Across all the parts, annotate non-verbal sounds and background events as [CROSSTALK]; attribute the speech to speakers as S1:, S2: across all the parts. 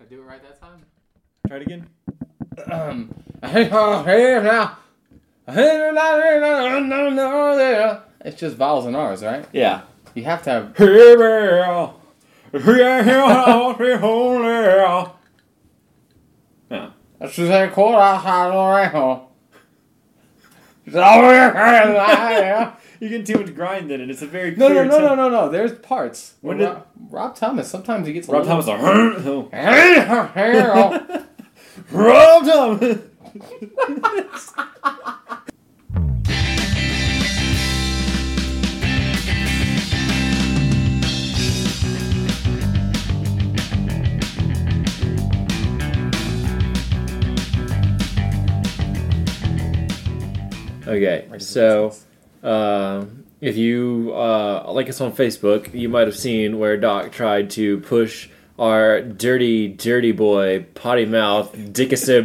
S1: I do it right that [CLEARS THROAT] time?
S2: Try it again.
S1: Um, it's just vowels and R's, right?
S2: [LAUGHS] Yeah.
S1: You have to have.
S2: no.
S1: That's just a quarter outside of the rail.
S2: You get too much grind in it. It's a very
S1: No, no,
S2: clear
S1: no, no,
S2: tone.
S1: no, no. There's parts.
S2: When
S1: When
S2: did-
S1: Rob, Rob Thomas, sometimes he gets a
S2: Rob
S1: little- oh.
S2: Thomas. [LAUGHS]
S1: [LAUGHS]
S2: a-
S1: Rob
S2: Rob Thomas. Okay, so um, if you uh, like us on Facebook, you might have seen where Doc tried to push our dirty, dirty boy, potty mouth, Dickinson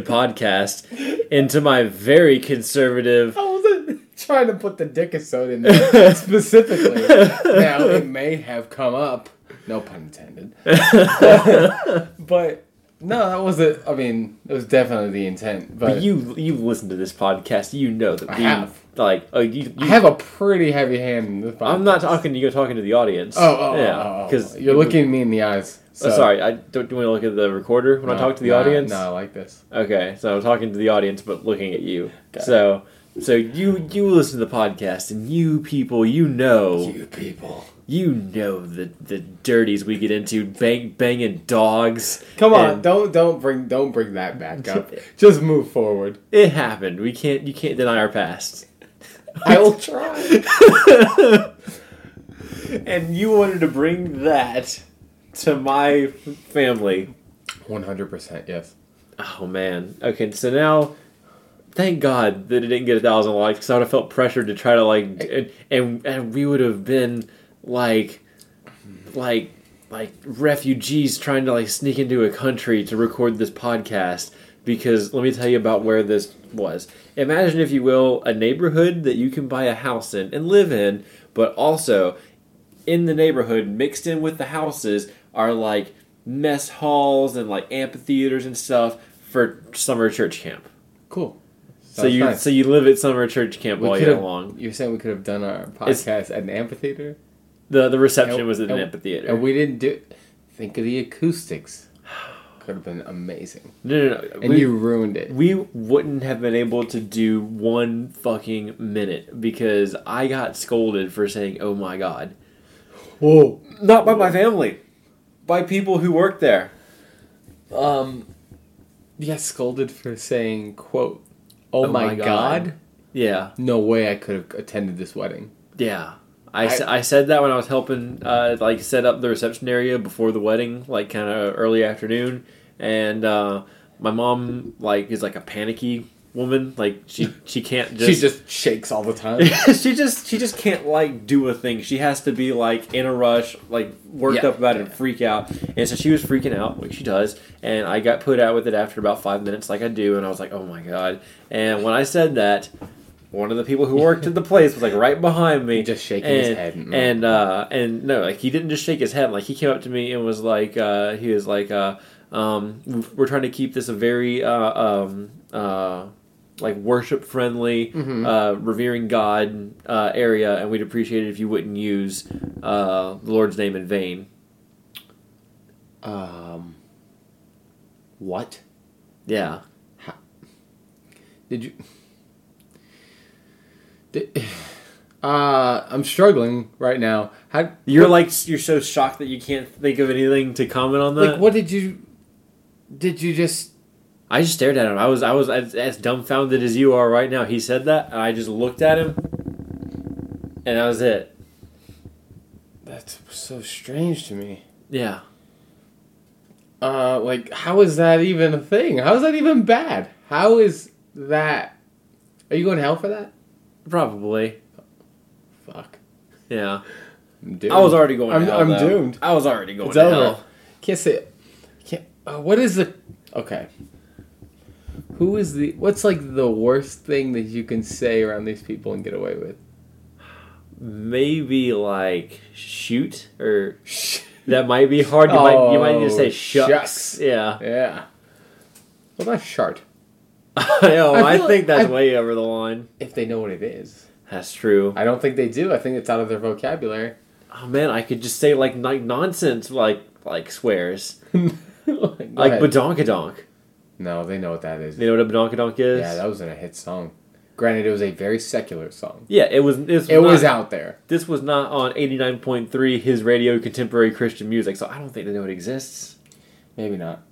S1: [LAUGHS]
S2: podcast into my very conservative.
S1: I wasn't [LAUGHS] trying to put the Dickinson in there specifically. now it may have come up, no pun
S2: [LAUGHS]
S1: intended. but no, that wasn't. I mean, it was definitely the intent. But
S2: You you listen to this podcast, you know that
S1: I
S2: we
S1: have.
S2: like. Oh, you,
S1: I
S2: you,
S1: have a pretty heavy hand in this.
S2: I'm not talking to you. Talking to the audience.
S1: Oh, oh,
S2: yeah,
S1: because you're looking me in the eyes.
S2: Oh,
S1: So.
S2: sorry, I don't. Do you want to look at the recorder when I talk to the
S1: no,
S2: audience?
S1: No, I like this.
S2: Okay, so I'm talking to the audience but looking at you.
S1: Got it.
S2: so so you you listen to the podcast and you people you know you,
S1: people.
S2: know the the dirties we get into bang banging dogs.
S1: Come on,
S2: and
S1: don't don't bring don't bring that
S2: [LAUGHS]
S1: back up. Just move forward.
S2: it happened. We can't you can't deny our past.
S1: I will try.
S2: [LAUGHS] and you wanted to bring that to my family.
S1: One hundred percent. Yes.
S2: Oh man. Okay, so now, thank God that it didn't get a thousand likes. Cause I would have felt pressured to try to like, and and, and we would have been like, like, like refugees trying to like sneak into a country to record this podcast. Because let me tell you about where this was. Imagine, if you will, a neighborhood that you can buy a house in and live in, but also in the neighborhood, mixed in with the houses, are like mess halls and like amphitheaters and stuff for summer church camp.
S1: Cool.
S2: so
S1: Sounds
S2: you
S1: nice.
S2: so you live at summer church camp
S1: We
S2: all
S1: could
S2: year
S1: have-
S2: long.
S1: You're saying we could have done our
S2: It's-
S1: podcast at an amphitheater,
S2: The the reception
S1: And-
S2: was at an
S1: and-
S2: amphitheater.
S1: and we didn't do. Think of the acoustics. Could have been amazing,
S2: no, no, no.
S1: and
S2: we,
S1: you ruined it.
S2: we wouldn't have been able to do one fucking minute because I got scolded for saying "Oh my god,"
S1: Whoa.
S2: not by my family, by people who work there.
S1: Um. Yeah, scolded for saying quote. Oh, my, god.
S2: Yeah,
S1: No way I could have attended this wedding.
S2: Yeah. I, s- I said that when I was helping, uh, like, set up the reception area before the wedding, like, kind of early afternoon. And uh, my mom, like, is like a panicky woman. Like,
S1: [LAUGHS]
S2: she she can't just
S1: she
S2: [LAUGHS]
S1: just shakes all the time.
S2: she just she just can't like do a thing. She has to be like in a rush, like worked
S1: Yeah.
S2: up about it and freak out. And so she was freaking out, like she does. And I got put out with it after about five minutes, like I do. And I was like, oh my god. And when I said that, one of the people who worked at the place was like right behind [LAUGHS] me,
S1: Just shaking
S2: and,
S1: his head.
S2: And uh, and no, like he didn't just shake his head. Like he came up to me and was like, uh, he was like, uh, um, we're trying to keep this a very uh, um, uh, like worship friendly,
S1: Mm-hmm.
S2: uh, revering God uh, area, and we'd appreciate it if you wouldn't use uh, the Lord's name in vain.
S1: Um, what
S2: Yeah,
S1: did you? [SIGHS] Did, [SIGHS] uh, I'm struggling right now. How
S2: you're like you're so shocked that you can't think of anything to comment on that.
S1: like what did you? Did you just?
S2: I just stared at him. I was I was as, as dumbfounded as you are right now. He said that, and I just looked at him, and that was it.
S1: That's so strange to me.
S2: Yeah.
S1: Uh, like how is that even a thing? How is that even bad? How is that? Are you going to hell for that?
S2: Probably.
S1: Fuck.
S2: Yeah.
S1: I'm doomed.
S2: I was already going.
S1: I'm,
S2: to hell,
S1: I'm
S2: though.
S1: doomed.
S2: I was already going
S1: It's
S2: to
S1: over.
S2: hell.
S1: Can't say. Can't. Uh, what is the? Okay. Who is the? What's like the worst thing that you can say around these people and get away with?
S2: Maybe like shoot or That might be hard. You might you might need to
S1: Oh,
S2: say shucks.
S1: shucks.
S2: Yeah. [LAUGHS]
S1: Yeah. Well, that's shart.
S2: I know.
S1: I
S2: I,
S1: feel
S2: think
S1: like-
S2: that's
S1: I-
S2: way over the line.
S1: If they know what it is.
S2: That's true.
S1: I don't think they do. I think it's out of their vocabulary.
S2: oh man, I could just say like like nonsense, like like swears,
S1: like,
S2: like badonkadonk.
S1: no, they know what that is.
S2: You know what a badonkadonk is?
S1: Yeah, that was in a hit song. Granted, it was a very secular song.
S2: Yeah, it was. It was,
S1: It was
S2: not-
S1: out there.
S2: This was not on eighty nine point three his radio contemporary Christian music, so I don't think they know it exists.
S1: Maybe not.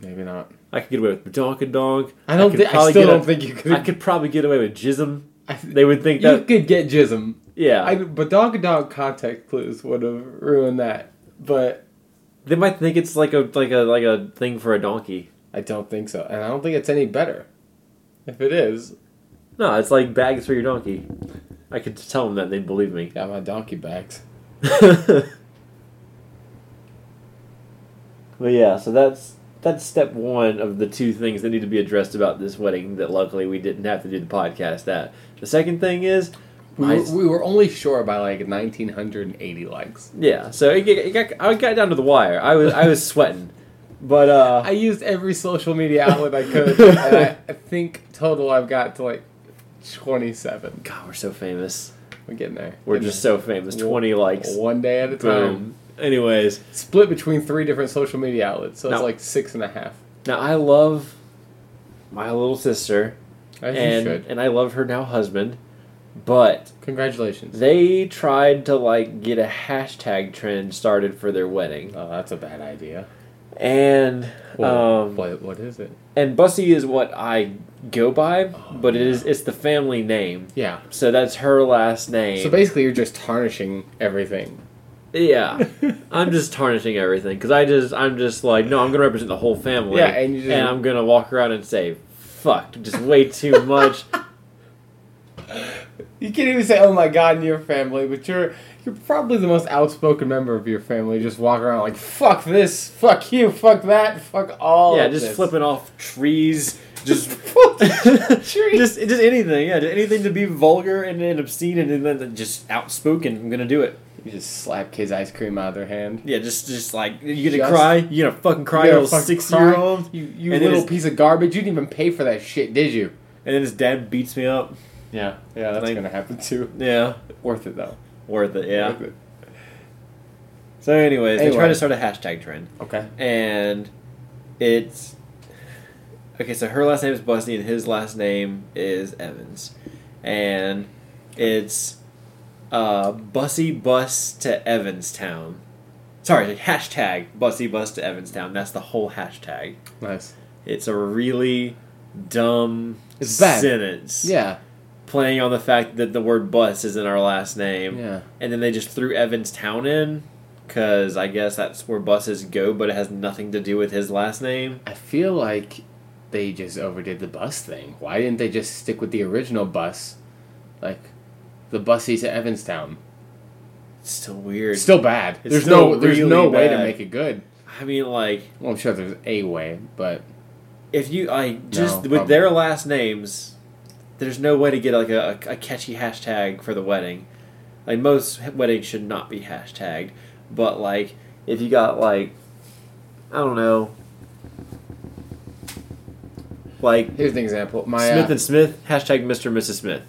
S1: Maybe not.
S2: I could get away with badonkadonk.
S1: I don't.
S2: could
S1: Thi- I
S2: probably
S1: still
S2: get a-
S1: don't think you could.
S2: I could probably get away with jism.
S1: I th-
S2: They would think
S1: you
S2: that.
S1: could get jism.
S2: yeah,
S1: I, but dog and dog contact clues would have ruined that. But
S2: they might think it's like a like a like a thing for a donkey.
S1: I don't think so, and I don't think it's any better. If it is,
S2: No, it's like bags for your donkey. I could tell them that and they'd believe me. [LAUGHS]
S1: got my donkey backs.
S2: but yeah, so that's that's step one of the two things that need to be addressed about this wedding that luckily we didn't have to do the podcast at. The second thing is
S1: We,
S2: I-
S1: were, we were only sure by like 1980 likes.
S2: yeah, so it, get- it got, I got down to the wire. I was I
S1: [LAUGHS]
S2: was sweating. But uh
S1: I used every social media outlet I could, and
S2: [LAUGHS]
S1: I, I think total I've got to like 27.
S2: God, we're so famous.
S1: We're getting there.
S2: We're
S1: Getting
S2: just so famous.
S1: Well,
S2: Twenty likes.
S1: there. one day at a time.
S2: Boom. Anyways,
S1: Split between three different social media outlets, so it's
S2: No.
S1: like six and a half.
S2: now I love my little sister,
S1: As
S2: and
S1: you should.
S2: and I love her now husband, but
S1: Congratulations.
S2: They tried to like get a hashtag trend started for their wedding,
S1: Oh, that's a bad idea.
S2: and
S1: Well,
S2: um,
S1: what what is it?
S2: and Bussy is what I go by, but
S1: Oh,
S2: it is it's the family name,
S1: Yeah.
S2: so that's her last name.
S1: So basically, you're just tarnishing everything.
S2: yeah, I'm just tarnishing everything because I just I'm just like no, I'm gonna represent the whole family.
S1: Yeah, and you just-
S2: and I'm gonna walk around and say fuck, just
S1: [LAUGHS]
S2: way too much.
S1: You can't even say "Oh my God" in your family, but you're you're probably the most outspoken member of your family. Just walk around like "fuck this," "fuck you," "fuck that," "fuck all."
S2: yeah,
S1: of
S2: just
S1: this.
S2: flipping off trees,
S1: [LAUGHS]
S2: just [LAUGHS]
S1: just
S2: just just anything, yeah, just anything to be vulgar and, and obscene and then just outspoken. I'm gonna do it.
S1: you just slap kids ice cream out of their hand.
S2: Yeah, just just like you gonna
S1: Just-
S2: cry, you gonna fucking
S1: You
S2: cry, you
S1: gotta
S2: little
S1: fucking
S2: six
S1: cry.
S2: year old,
S1: You you
S2: And then
S1: little
S2: it's-
S1: piece of garbage! You didn't even pay for that shit, did you?
S2: and then his dad beats me up.
S1: Yeah, yeah, that's
S2: Like-
S1: gonna happen too.
S2: Yeah,
S1: Worth it though.
S2: worth it. Yeah.
S1: Worth it.
S2: So, anyways, they
S1: Anyway.
S2: tried to start a hashtag trend,
S1: Okay.
S2: and it's okay. So her last name is Busney, and his last name is Evans, and it's uh, Bussy Bus to Evanstown. Sorry, hashtag Bussy Bus to Evanstown. That's the whole hashtag.
S1: Nice.
S2: It's a really dumb
S1: It's bad.
S2: sentence.
S1: Yeah.
S2: Playing on the fact that the word bus is in our last name.
S1: Yeah.
S2: And then they just threw Evans Town in because I guess that's where buses go, but it has nothing to do with his last name.
S1: I feel like they just overdid the bus thing. Why didn't they just stick with the original bus? Like the bussy to Evanstown.
S2: It's still weird.
S1: It's still bad.
S2: It's
S1: there's
S2: still
S1: no there's no
S2: really
S1: way to
S2: bad.
S1: make it good.
S2: I mean, like,
S1: Well, I'm sure there's a way, but
S2: if you, like, just
S1: No,
S2: with
S1: probably.
S2: their last names, there's no way to get, like, a, a catchy hashtag for the wedding. Like, most weddings should not be hashtagged, but, like, if you got, like, I don't know, like,
S1: here's an example. My
S2: Smith
S1: uh,
S2: and Smith, hashtag Mr. and Mrs. Smith.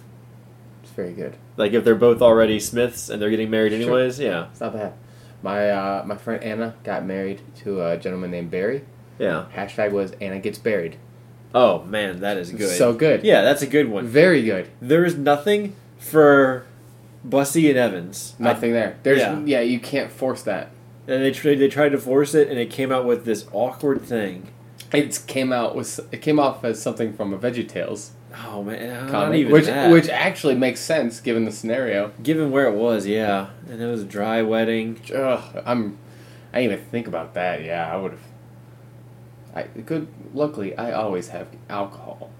S1: it's very good.
S2: Like if they're both already Smiths and they're getting married
S1: Sure.
S2: anyways, yeah.
S1: It's not bad. My uh, my friend Anna got married to a gentleman named Barry.
S2: Yeah.
S1: Hashtag was Anna gets buried.
S2: Oh man, that is good.
S1: So good. Mm.
S2: yeah, that's a good one.
S1: Very good.
S2: There is nothing for Bussy and Evans.
S1: Nothing there. There's
S2: Yeah.
S1: yeah, you can't force that.
S2: and they tried they tried to force it and it came out with this awkward thing.
S1: It came out with it came off as something from a VeggieTales.
S2: Oh man, not
S1: comic,
S2: even
S1: which
S2: that.
S1: which actually makes sense given the scenario.
S2: given where it was, yeah. And it was a dry wedding.
S1: Ugh, I'm, I didn't even think about that. Yeah, I would have. I good. Luckily, I always have alcohol.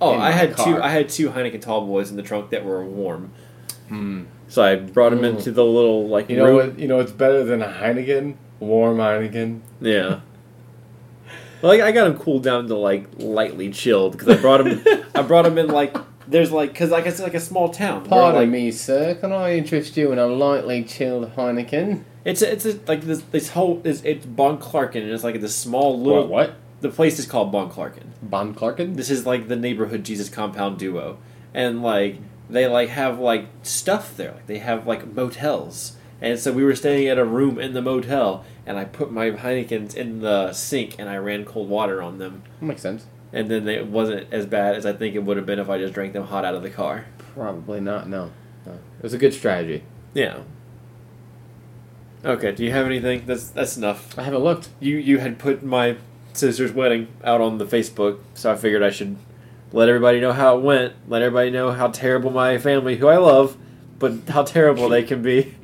S2: Oh,
S1: In
S2: I
S1: my
S2: had
S1: car.
S2: two I had two Heineken tall boys in the trunk that were warm.
S1: Mm.
S2: So I brought them
S1: Mm.
S2: into the little like
S1: You know
S2: room.
S1: what? You know it's better than a Heineken, warm Heineken.
S2: Yeah. Well, I, I got him cooled down to like lightly chilled because I
S1: [LAUGHS]
S2: brought him. I brought him in like there's like because like it's like a small town. where,
S1: Pardon
S2: like,
S1: me, sir. Can I interest you in a lightly chilled Heineken?
S2: It's a, it's a, like this this whole it's, it's Bon Clarkin and it's like this small little
S1: What? what?
S2: the place is called Bon Clarkin.
S1: Bon Clarkin?
S2: This is like the neighborhood Jesus compound duo, and like they like have like stuff there. Like they have like motels, and so we were staying at a room in the motel, and I put my Heinekens in the sink and I ran cold water on them,
S1: Makes sense.
S2: and then they, it wasn't as bad as I think it would have been if I just drank them hot out of the car.
S1: Probably not. No. no. It was a good strategy.
S2: Yeah. Okay. Do you have anything? That's that's enough.
S1: I haven't looked.
S2: you you had put my sister's wedding out on the Facebook, so I figured I should let everybody know how it went. Let everybody know how terrible my family, who I love, but how terrible they can be.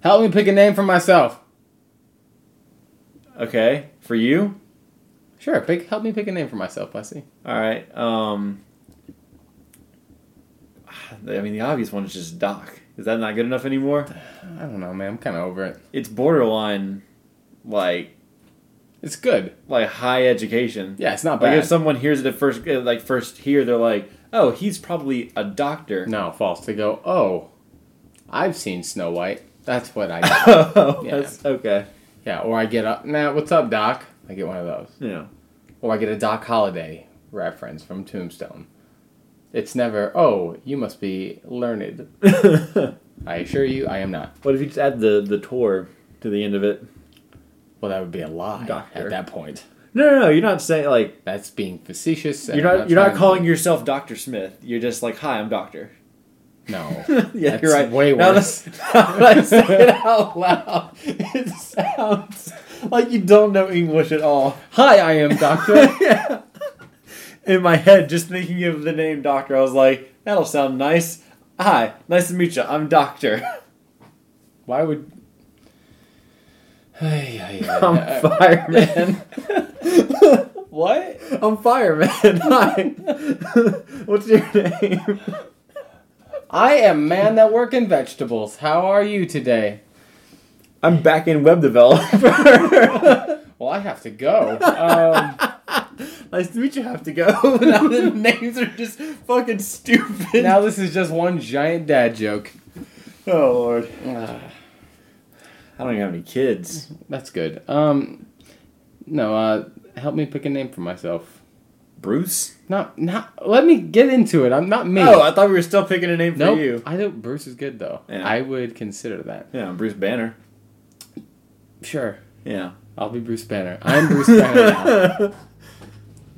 S1: Help me pick a name for myself.
S2: Okay, for you.
S1: Sure. Pick. Help me pick a name for myself, Wesley.
S2: All right. Um, I mean, the obvious one is just Doc. Is that not good enough anymore?
S1: I don't know, man. I'm kind of over it.
S2: It's borderline, like
S1: It's good.
S2: like high education.
S1: Yeah, it's not
S2: Like
S1: bad.
S2: if someone hears it at first, uh, like first hear, they're like, "Oh, he's probably a doctor."
S1: no, false. To go. Oh, I've seen Snow White. That's what [LAUGHS] I.
S2: [LAUGHS] oh,
S1: Yeah.
S2: that's okay.
S1: yeah. Or I get up. Nah. What's up, Doc? I get one of those.
S2: Yeah. [LAUGHS]
S1: Or I get a Doc Holiday reference from Tombstone. It's never. Oh, you must be learned.
S2: what
S1: I assure you, I am not.
S2: if you just add the the tour to the end of it?
S1: Well, that would be a lie
S2: Doctor.
S1: at that point.
S2: No, no, no. You're not saying like
S1: That's being facetious. and
S2: you're
S1: I'm
S2: not you're
S1: trying
S2: not
S1: to-
S2: calling yourself Doctor Smith. You're just like, "Hi, I'm Doctor." [LAUGHS]
S1: No. [LAUGHS]
S2: yeah,
S1: That's
S2: you're right.
S1: way
S2: Now
S1: worse.
S2: that- [LAUGHS] now that I say it out loud, [LAUGHS] it sounds like you don't know English at all.
S1: Hi, I am
S2: [LAUGHS]
S1: Doctor.
S2: yeah. [LAUGHS] In my head, just thinking of the name Doctor, I was like, "That'll sound nice." Hi, nice to meet you. I'm Doctor.
S1: Why would? Ay, ay, ay,
S2: [LAUGHS] [LAUGHS] I'm
S1: ay.
S2: fireman.
S1: What?
S2: [LAUGHS] I'm fireman. [LAUGHS] Hi. What's your name?
S1: I am man that work in vegetables. How are you today?
S2: [LAUGHS] I'm back in web developer.
S1: Well, I have to go. Um,
S2: [LAUGHS] nice to meet you. Have to go. [LAUGHS] now the names are just fucking stupid.
S1: now this is just one giant dad joke.
S2: [LAUGHS] oh lord.
S1: Ugh,
S2: I don't even have any kids.
S1: that's good. Um, no. Uh, help me pick a name for myself.
S2: Bruce.
S1: Not, not. Let me get into it. I'm not me.
S2: Oh, I thought we were still picking a name for
S1: nope.
S2: you.
S1: I don't. Bruce is good though.
S2: Yeah.
S1: I would consider that.
S2: Yeah, I'm Bruce Banner.
S1: Sure.
S2: [LAUGHS] Yeah.
S1: I'll be Bruce Banner. I'm Bruce Banner
S2: [LAUGHS]
S1: now.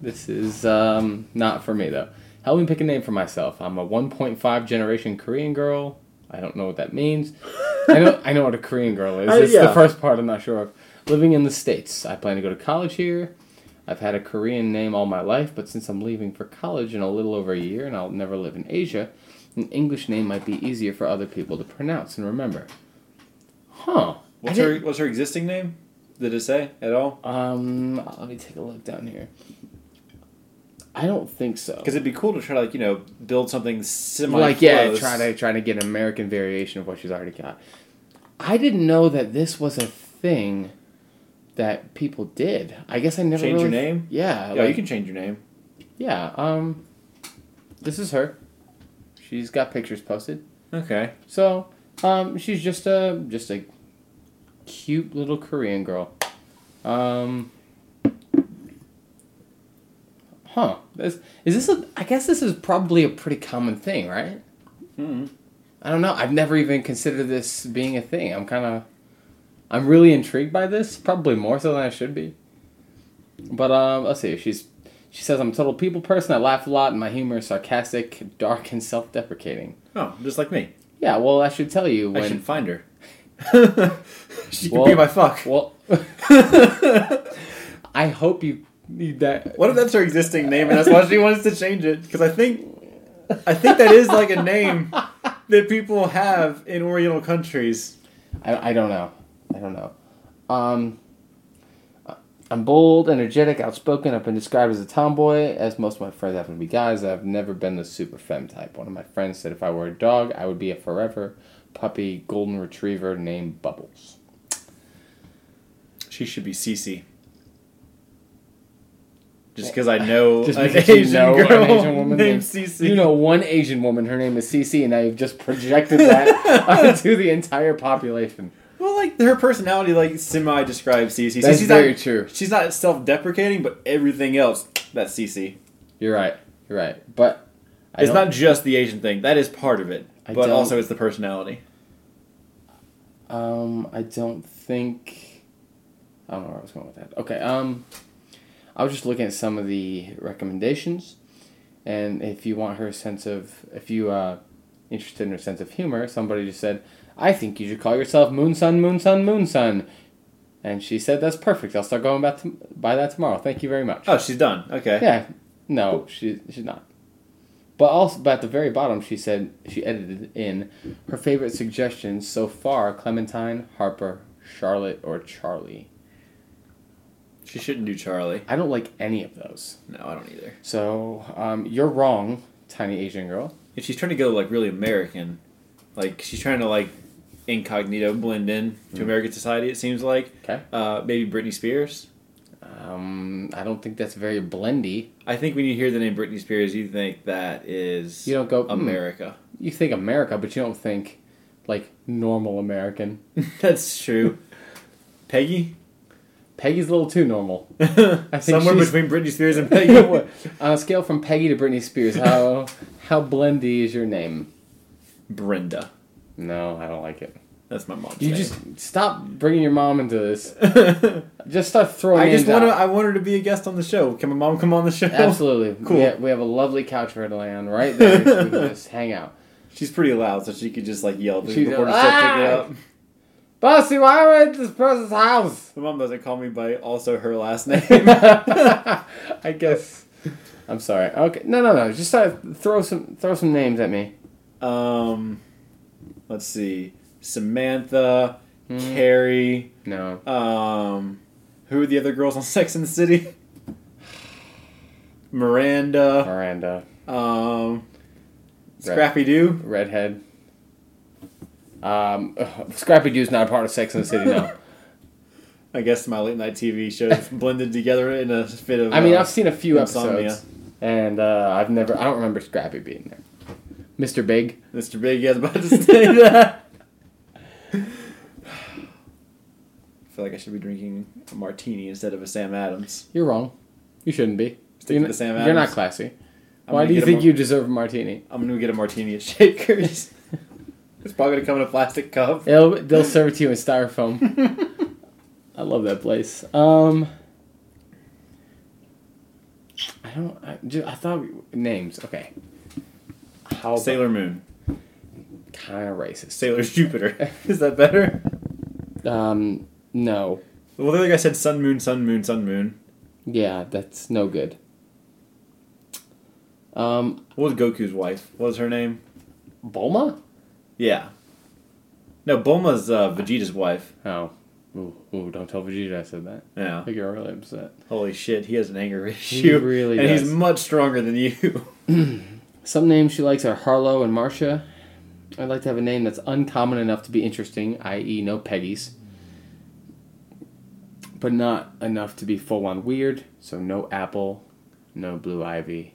S1: This is um, not for me though. Help me pick a name for myself. I'm a 1.5 generation Korean girl. I don't know what that means. I know I know what a Korean girl is.
S2: [LAUGHS] Uh,
S1: It's
S2: yeah.
S1: the first part I'm not sure of. Living in the states, I plan to go to college here. I've had a Korean name all my life, but since I'm leaving for college in a little over a year and I'll never live in Asia, an English name might be easier for other people to pronounce and remember. Huh.
S2: What's
S1: I didn't-
S2: her What's her existing name? Did it say at all?
S1: Um, let me take a look down here. I don't think so.
S2: Because it'd be cool to try to like you know build something similar.
S1: like yeah, trying to trying to get an American variation of what she's already got. I didn't know that this was a thing that people did. I guess I never
S2: Change your
S1: really-
S2: name?
S1: Yeah,
S2: Yeah, you
S1: like-
S2: can change your name.
S1: yeah. Um, this is her. She's got pictures posted.
S2: Okay.
S1: So, um, she's just a just a cute little Korean girl. Um, huh? Is, is this a? I guess this is probably a pretty common thing, right?
S2: hmm
S1: I don't know. I've never even considered this being a thing. I'm kind of, I'm really intrigued by this. Probably more so than I should be. But um, let's see. She's, she says I'm a total people person. I laugh a lot, and my humor is sarcastic, dark, and self-deprecating.
S2: Oh, just like me.
S1: Yeah. Well, I should tell you
S2: I
S1: when.
S2: should find her. [LAUGHS] she
S1: Well-
S2: could be my fuck.
S1: [LAUGHS]
S2: [LAUGHS]
S1: Well, I hope you need that.
S2: what if that's her existing name and that's why she wants to change it? Because I think, I think that is like
S1: [LAUGHS]
S2: a name that people have in Oriental countries.
S1: I, I don't know. I don't know. Um, I'm bold, energetic, outspoken. I've been described as a tomboy, as most of my friends happen to be guys. I've never been the super femme type. One of my friends said if I were a dog, I would be a forever puppy golden retriever named Bubbles.
S2: She should be Cece. just because I know
S1: Just
S2: an
S1: because
S2: Asian
S1: you know
S2: girl
S1: an Asian
S2: [LAUGHS]
S1: woman
S2: named
S1: named-
S2: Cece.
S1: You know one Asian woman, her name is Cece, and now you've just projected
S2: [LAUGHS]
S1: that [LAUGHS] onto the entire population.
S2: well, like her personality, like semi describes Cece.
S1: That's
S2: She's
S1: very
S2: not,
S1: true.
S2: She's not self deprecating, but everything else that's Cece.
S1: You're right. You're right. But I
S2: It's
S1: don't-
S2: not just the Asian thing. That is part of it,
S1: I
S2: but
S1: don't-
S2: also it's the personality.
S1: Um, I don't think. I don't know where I was going with that. Okay. Um, I was just looking at some of the recommendations, and if you want her sense of, if you uh, interested in her sense of humor, somebody just said, "I think you should call yourself Moon Sun, Moon Sun, Moon Sun," and she said, "That's perfect. I'll start going back to by that tomorrow. Thank you very much."
S2: Oh, she's done. Okay.
S1: Yeah. No, she she's not. But also, but at the very bottom, she said she edited in her favorite suggestions so far: Clementine, Harper, Charlotte, or Charlie.
S2: She shouldn't do Charlie.
S1: I don't like any of those.
S2: No, I don't either.
S1: So um, you're wrong, tiny Asian girl.
S2: If she's trying to go like really American, like she's trying to like incognito blend in to American society. It seems like.
S1: Mm. Okay.
S2: Uh, maybe Britney Spears.
S1: Um, I don't think that's very blendy.
S2: I think when you hear the name Britney Spears, you think that is
S1: You don't go, "Hmm."
S2: America. [LAUGHS]
S1: You think America, but you don't think like normal American. [LAUGHS]
S2: That's true. Peggy.
S1: Peggy's a little too normal.
S2: Somewhere
S1: she's-
S2: between Britney Spears and [LAUGHS] Peggy.
S1: On a scale from Peggy to Britney Spears, how [LAUGHS] how blendy is your name?
S2: Brenda.
S1: No, I don't like it.
S2: That's my mom's
S1: You
S2: name. [LAUGHS]
S1: just stop bringing your mom into this. Just start throwing.
S2: I just
S1: names
S2: want to. [LAUGHS]
S1: out.
S2: I want her to be a guest on the show. Can my mom come on the show?
S1: Absolutely.
S2: Cool.
S1: We have, we have a lovely couch for her to lay on right there. so we
S2: [LAUGHS]
S1: can just hang out.
S2: [LAUGHS] She's pretty loud, so she could just like yell.
S1: She's
S2: She's
S1: like,
S2: before the stuff pick it
S1: "Ah!"
S2: up.
S1: Bossy, why are we at this person's house? [LAUGHS]
S2: My mom doesn't call me by also her last name. [LAUGHS]
S1: I guess. I'm sorry. Okay. No, no, no. Just start throw some throw some names at me.
S2: um, let's see, Samantha, Carrie.
S1: No.
S2: Um, who are the other girls on [LAUGHS] Sex and the City? [SIGHS] Miranda.
S1: Miranda,
S2: Um,
S1: Right.
S2: Scrappy Doo.
S1: redhead. Um, Scrappy Doo's not a part of Sex and the City
S2: [LAUGHS]
S1: now.
S2: I guess my late night TV shows blended together in a fit of.
S1: I mean,
S2: uh,
S1: I've seen a few
S2: Insomnia.
S1: episodes, and uh, I've never. I don't remember Scrappy being there. Mr. Big.
S2: Mr. Big is about to say [LAUGHS]
S1: [LAUGHS]
S2: that. I feel like I should be drinking a martini instead of a Sam Adams.
S1: You're wrong. You shouldn't be.
S2: Stick
S1: you're,
S2: to the Sam
S1: you're not
S2: Adams.
S1: classy.
S2: I'm
S1: Why
S2: gonna
S1: do you
S2: get a
S1: think
S2: mar-
S1: you deserve a martini?
S2: I'm gonna get a martini at Shakers. [LAUGHS] it's probably gonna come in a plastic cup.
S1: It'll, they'll serve it to you in styrofoam. [LAUGHS] I love that place. Um, I don't. I, ju- I thought we- names. Okay. How
S2: Sailor Moon.
S1: kind of racist?
S2: Sailor Jupiter. [LAUGHS] Is that better?
S1: Um, no.
S2: Well, the other guy said Sun Moon, Sun Moon, Sun Moon.
S1: Yeah, that's no good. Um,
S2: What was Goku's wife? What was her name?
S1: Bulma.
S2: Yeah. No, Bulma's uh, Vegeta's wife.
S1: Oh. Ooh, ooh, don't tell Vegeta I said that.
S2: Yeah.
S1: I think you're really upset.
S2: Holy shit, he has an anger [LAUGHS] issue.
S1: really
S2: And
S1: does.
S2: he's much stronger than you. [LAUGHS]
S1: Some names she likes are Harlow and Marcia. I'd like to have a name that's uncommon enough to be interesting, i.e., no Peggy's, but not enough to be full on weird. So, no Apple, no Blue Ivy.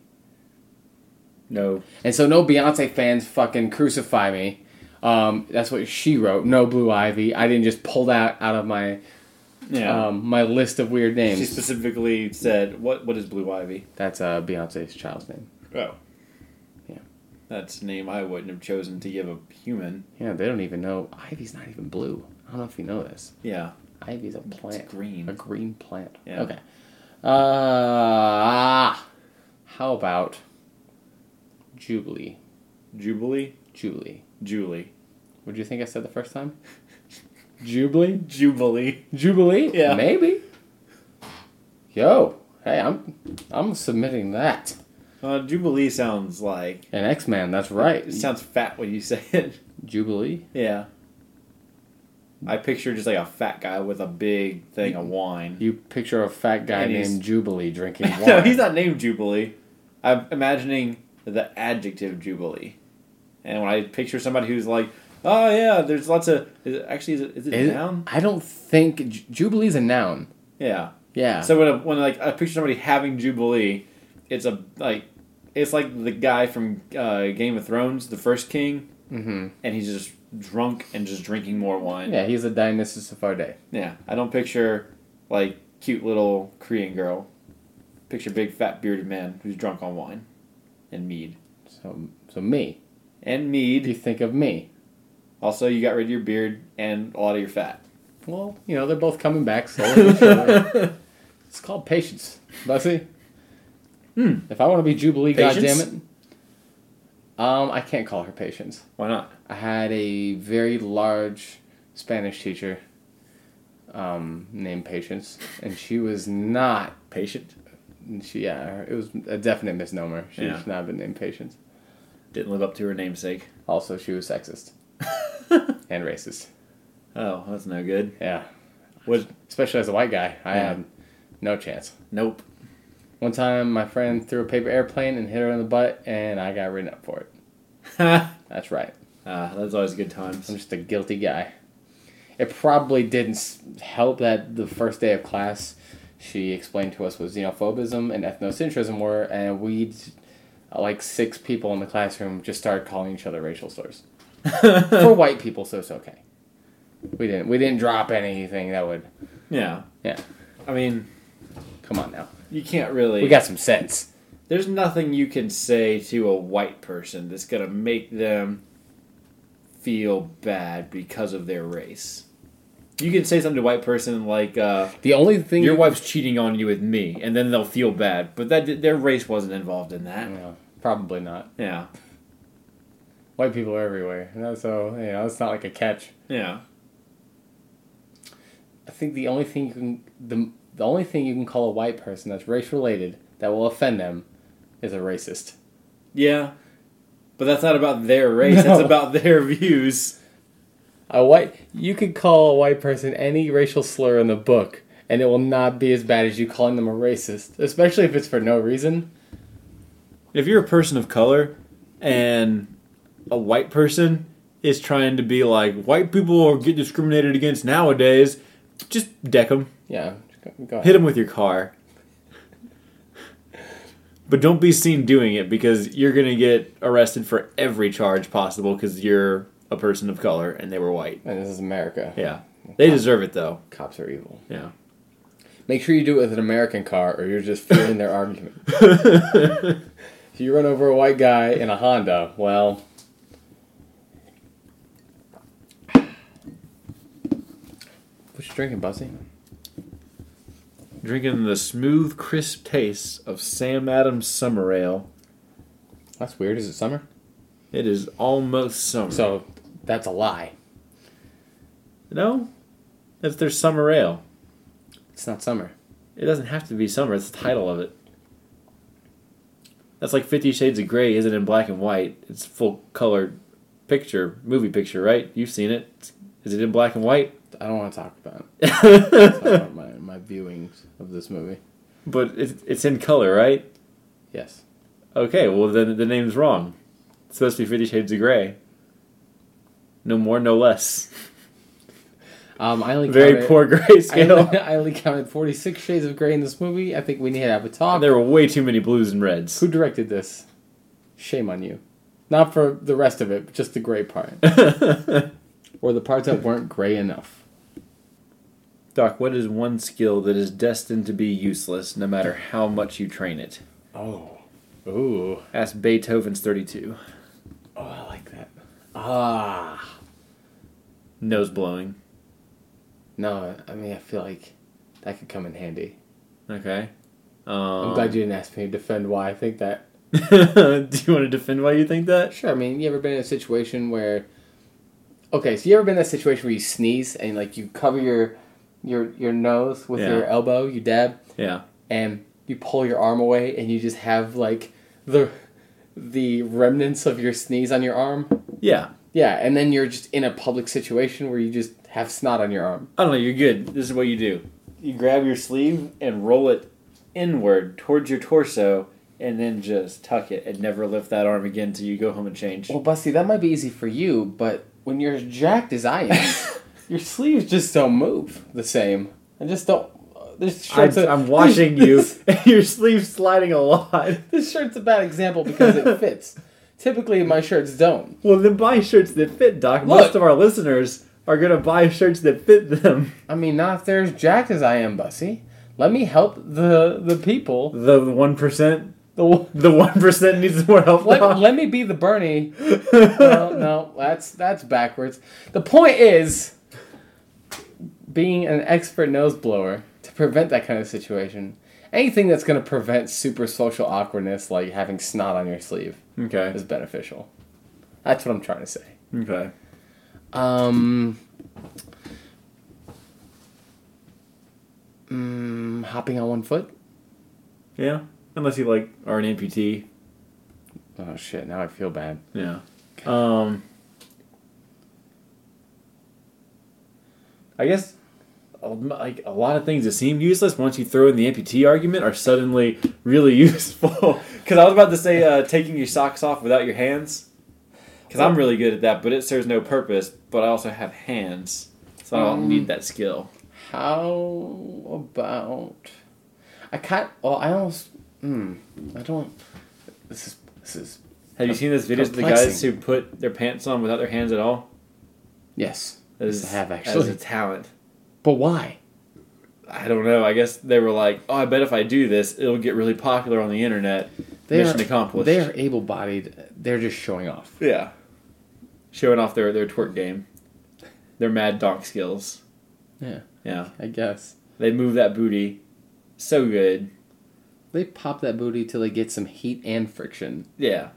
S2: no.
S1: And so, no Beyonce fans fucking crucify me. Um, that's what she wrote. No Blue Ivy. I didn't just pull that out of my
S2: Yeah.
S1: um, my list of weird
S2: she
S1: names.
S2: specifically said, "What? What is Blue Ivy?"
S1: That's uh, Beyonce's child's name.
S2: Oh.
S1: Yeah.
S2: That's a name I wouldn't have chosen to give a human.
S1: Yeah, they don't even know. Ivy's not even blue. I don't know if you know this.
S2: Yeah.
S1: Ivy's a plant.
S2: green.
S1: A green plant.
S2: Yeah.
S1: Okay. Uh, how about Jubilee?
S2: Jubilee.
S1: Jubilee.
S2: Julie.
S1: What do you think I said the first time? Jubilee?
S2: Jubilee.
S1: Jubilee?
S2: Yeah.
S1: Maybe. Yo, hey, I'm I'm submitting that.
S2: Uh, Jubilee sounds like
S1: An X-Man, that's right.
S2: it sounds fat when you say it. [LAUGHS]
S1: Jubilee?
S2: Yeah. I picture just like a fat guy with a big thing of wine.
S1: You picture a fat guy
S2: And he's-
S1: named Jubilee drinking wine.
S2: [LAUGHS] no, he's not named Jubilee. I'm imagining the adjective Jubilee. And when I picture somebody who's like, oh yeah, there's lots of. Is it, actually, is it, is it
S1: Is-
S2: noun?
S1: I don't think J- Jubilee's a noun.
S2: Yeah.
S1: Yeah.
S2: So when a, when like I picture somebody having Jubilee, it's a like it's like the guy from uh, Game of Thrones, the first king,
S1: hmm
S2: and he's just drunk and just drinking more wine.
S1: Yeah, he's a Dionysus of our day.
S2: Yeah, I don't picture like cute little Korean girl. Picture big fat bearded man who's drunk on wine and mead.
S1: So, so me.
S2: And
S1: What do you
S2: mead.
S1: think of me?
S2: Also, you got rid of your beard and a lot of your fat.
S1: Well, you know, they're both coming back slowly. but surely.
S2: [LAUGHS]
S1: it's called patience, Bussy.
S2: Hmm.
S1: If I want to be Jubilee,
S3: Patience?
S1: goddammit. Um, I can't call her patience.
S2: Why not?
S1: I had a very large Spanish teacher um, named Patience, and she was not
S2: Patient.
S1: She, yeah, her- it was a definite misnomer. She
S2: Yeah.
S1: should not have been named Patience.
S2: Didn't live up to her namesake.
S1: Also, she was
S2: [LAUGHS]
S1: sexist and racist.
S2: Oh, that's no good.
S1: Yeah,
S2: Was
S1: especially as a white guy, I
S2: Yeah.
S1: had no chance.
S2: nope. [LAUGHS]
S1: One time, my friend threw a paper airplane and hit her in the butt, and I got written up for it.
S2: ah,
S1: That's right.
S2: that's always good times. [LAUGHS]
S1: I'm just a guilty guy. It probably didn't s- help that the first day of class, she explained to us what xenophobism and ethnocentrism were, and we, d- like six people in the classroom, just started calling each other racial slurs. For white people, so it's okay. We didn't. We didn't drop anything that would.
S2: yeah.
S1: Yeah.
S2: I mean,
S1: Come on now.
S2: you can't really.
S1: We got some sense.
S2: there's nothing you can say to a white person that's going to make them feel bad because of their race. You can say something to a white person like, uh,
S1: The only thing
S2: your wife's cheating on you with me, and then they'll feel bad. But that their race wasn't involved in that.
S1: No, probably not.
S2: Yeah.
S1: White people are everywhere, and that's so you know it's not like a catch.
S2: Yeah.
S1: I think the only thing you can the, the only thing you can call a white person that's race related that will offend them is a racist.
S2: Yeah. But that's not about their race.
S1: No.
S2: That's about their views.
S1: A white you could call a white person any racial slur in the book and it will not be as bad as you calling them a racist, especially if it's for no reason.
S2: If you're a person of color and a white person is trying to be like white people are get discriminated against nowadays, just deck them.
S1: Yeah. Go, go ahead.
S2: Hit them with your car. But don't be seen doing it because you're going to get arrested for every charge possible because you're a person of color and they were white.
S1: And this is America.
S2: Yeah. They deserve it though.
S1: Cops are evil.
S2: Yeah.
S1: Make sure you do it with an American car or you're just fueling their
S2: [LAUGHS]
S1: argument. if you run over a white guy in a Honda, well, what you drinking, Bussy?
S2: Drinking the smooth, crisp taste of Sam Adams Summer Ale.
S1: That's weird. Is it summer?
S2: It is almost summer.
S1: So that's a lie.
S2: no, that's their summer ale.
S1: It's not summer.
S2: It doesn't have to be summer. It's the title of it. That's like Fifty Shades of Grey, isn't in black and white. It's full color picture, movie picture, right? You've seen it. Is it in black and white? [LAUGHS]
S1: I don't want to talk about it. Talk
S2: but
S1: about my my viewings of this movie.
S2: it's, it's in color, right?
S1: Yes.
S2: Okay, well then the name's wrong. It's supposed to be Fifty Shades of Grey. No more,
S1: [LAUGHS]
S2: no less.
S1: Um, I only
S2: Very
S1: counted-
S2: poor gray
S1: I
S2: scale.
S1: only, [LAUGHS] I only counted forty six shades of gray in this movie. I think we need to have a talk.
S2: There were way too many blues and reds.
S1: Who directed this? Shame on you. Not for the rest of it, but just the gray part. [LAUGHS] or the parts that weren't gray enough.
S2: [LAUGHS] Doc, what is one skill that is destined to be useless no matter how much you train it?
S1: Oh. Ooh.
S2: Ask Beethoven's 32.
S1: Oh, I like that. Ah.
S2: Nose blowing.
S1: No, I mean, I feel like that could come in handy.
S2: Okay. Um,
S1: I'm glad you didn't ask me to defend why I think that.
S2: [LAUGHS] Do you want to defend why you think that?
S1: Sure, I mean, you ever been in a situation where. Okay, so you ever been in that situation where you sneeze and, like, you cover your. Your, your nose with
S2: Yeah.
S1: your elbow, you dab,
S2: Yeah.
S1: and you pull your arm away and you just have like the the remnants of your sneeze on your arm.
S2: Yeah.
S1: Yeah, and then you're just in a public situation where you just have snot on your arm.
S2: I don't know. You're good. This is what you do. You grab your sleeve and roll it inward towards your torso, and then just tuck it and never lift that arm again till you go home and change.
S1: Well, Busty, that might be easy for you, but when you're as [LAUGHS] jacked as I am, your sleeves just don't uh, move the same. I just don't. this
S3: I'm,
S1: shirt's a-
S3: I'm
S1: [LAUGHS]
S3: watching
S2: [LAUGHS]
S3: you, and your sleeve's sliding a lot.
S1: This shirt's a bad example because it fits. Typically, my shirts don't.
S3: Well, then buy shirts that fit, Doc.
S1: Look.
S3: Most of our listeners are going to buy shirts that fit them.
S1: I mean, not if they're as jacked as I am, Bussy. Let me help the the people.
S3: The 1%.
S1: The
S3: The 1% needs more help.
S1: let,
S2: [LAUGHS]
S3: Doc.
S1: let me be the Bernie. No, no, that's that's backwards. The point is, being an expert nose blower to prevent that kind of situation. Anything that's going to prevent super social awkwardness, like having snot on your sleeve,
S3: [LAUGHS] Okay.
S1: is beneficial. That's what I'm trying to say.
S3: Okay.
S1: Um. mm, hopping on one foot.
S3: Yeah. Unless you, like, are an amputee.
S1: Oh shit! Now I feel bad.
S3: Yeah. Um. I guess a-
S2: um,
S3: like a lot of things that seem useless once you throw in the amputee argument are suddenly
S2: [LAUGHS]
S3: really useful.
S2: Because I was about to say uh, taking your socks off without your hands. Because I'm really good at that, but it serves no purpose. But I also have hands, so I
S1: Mm.
S2: don't need that skill.
S1: How about? I can't. Oh, I almost. Hmm. I don't. This is. This is.
S2: Have you seen those videos of the guys
S1: Perplexing.
S2: who put their pants on without their hands at all?
S1: Yes.
S2: That
S1: Yes,
S2: is-
S1: I have,
S2: that is
S1: actually.
S2: a talent.
S1: But why?
S2: I don't know. I guess they were like, "Oh, I bet if I do this, it'll get really popular on the internet."
S1: They
S2: Mission
S1: are,
S2: accomplished.
S1: They are able-bodied. They're just showing off.
S2: Yeah. Showing off their, their twerk game. Their mad donk skills.
S1: Yeah.
S2: Yeah.
S1: I guess
S2: They move that booty so good.
S1: they pop that booty till they get some heat and friction.
S2: Yeah.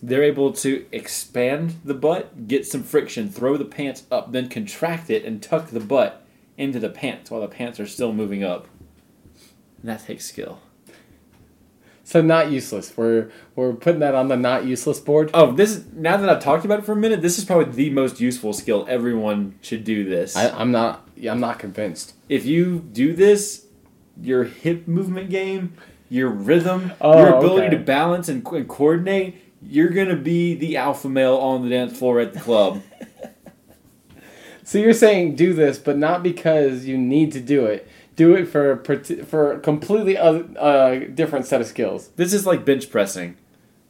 S2: They're able to expand the butt, get some friction, throw the pants up, then contract it and tuck the butt into the pants while the pants are still moving up. And that takes skill.
S1: So not useless. We're we're putting that on the not useless board.
S2: Oh, this is now that I've talked about it for a minute, this is probably the most useful skill. Everyone should do this.
S1: I, I'm not. Yeah, I'm not convinced.
S2: if you do this, your hip movement game, your rhythm,
S1: Oh,
S2: your ability
S1: okay.
S2: to balance and, co- and coordinate, you're gonna be the alpha male on the dance floor at the [LAUGHS] club.
S1: So you're saying do this, but not because you need to do it. Do it for a parti- for a completely other, uh, different set of skills.
S2: this is like bench pressing.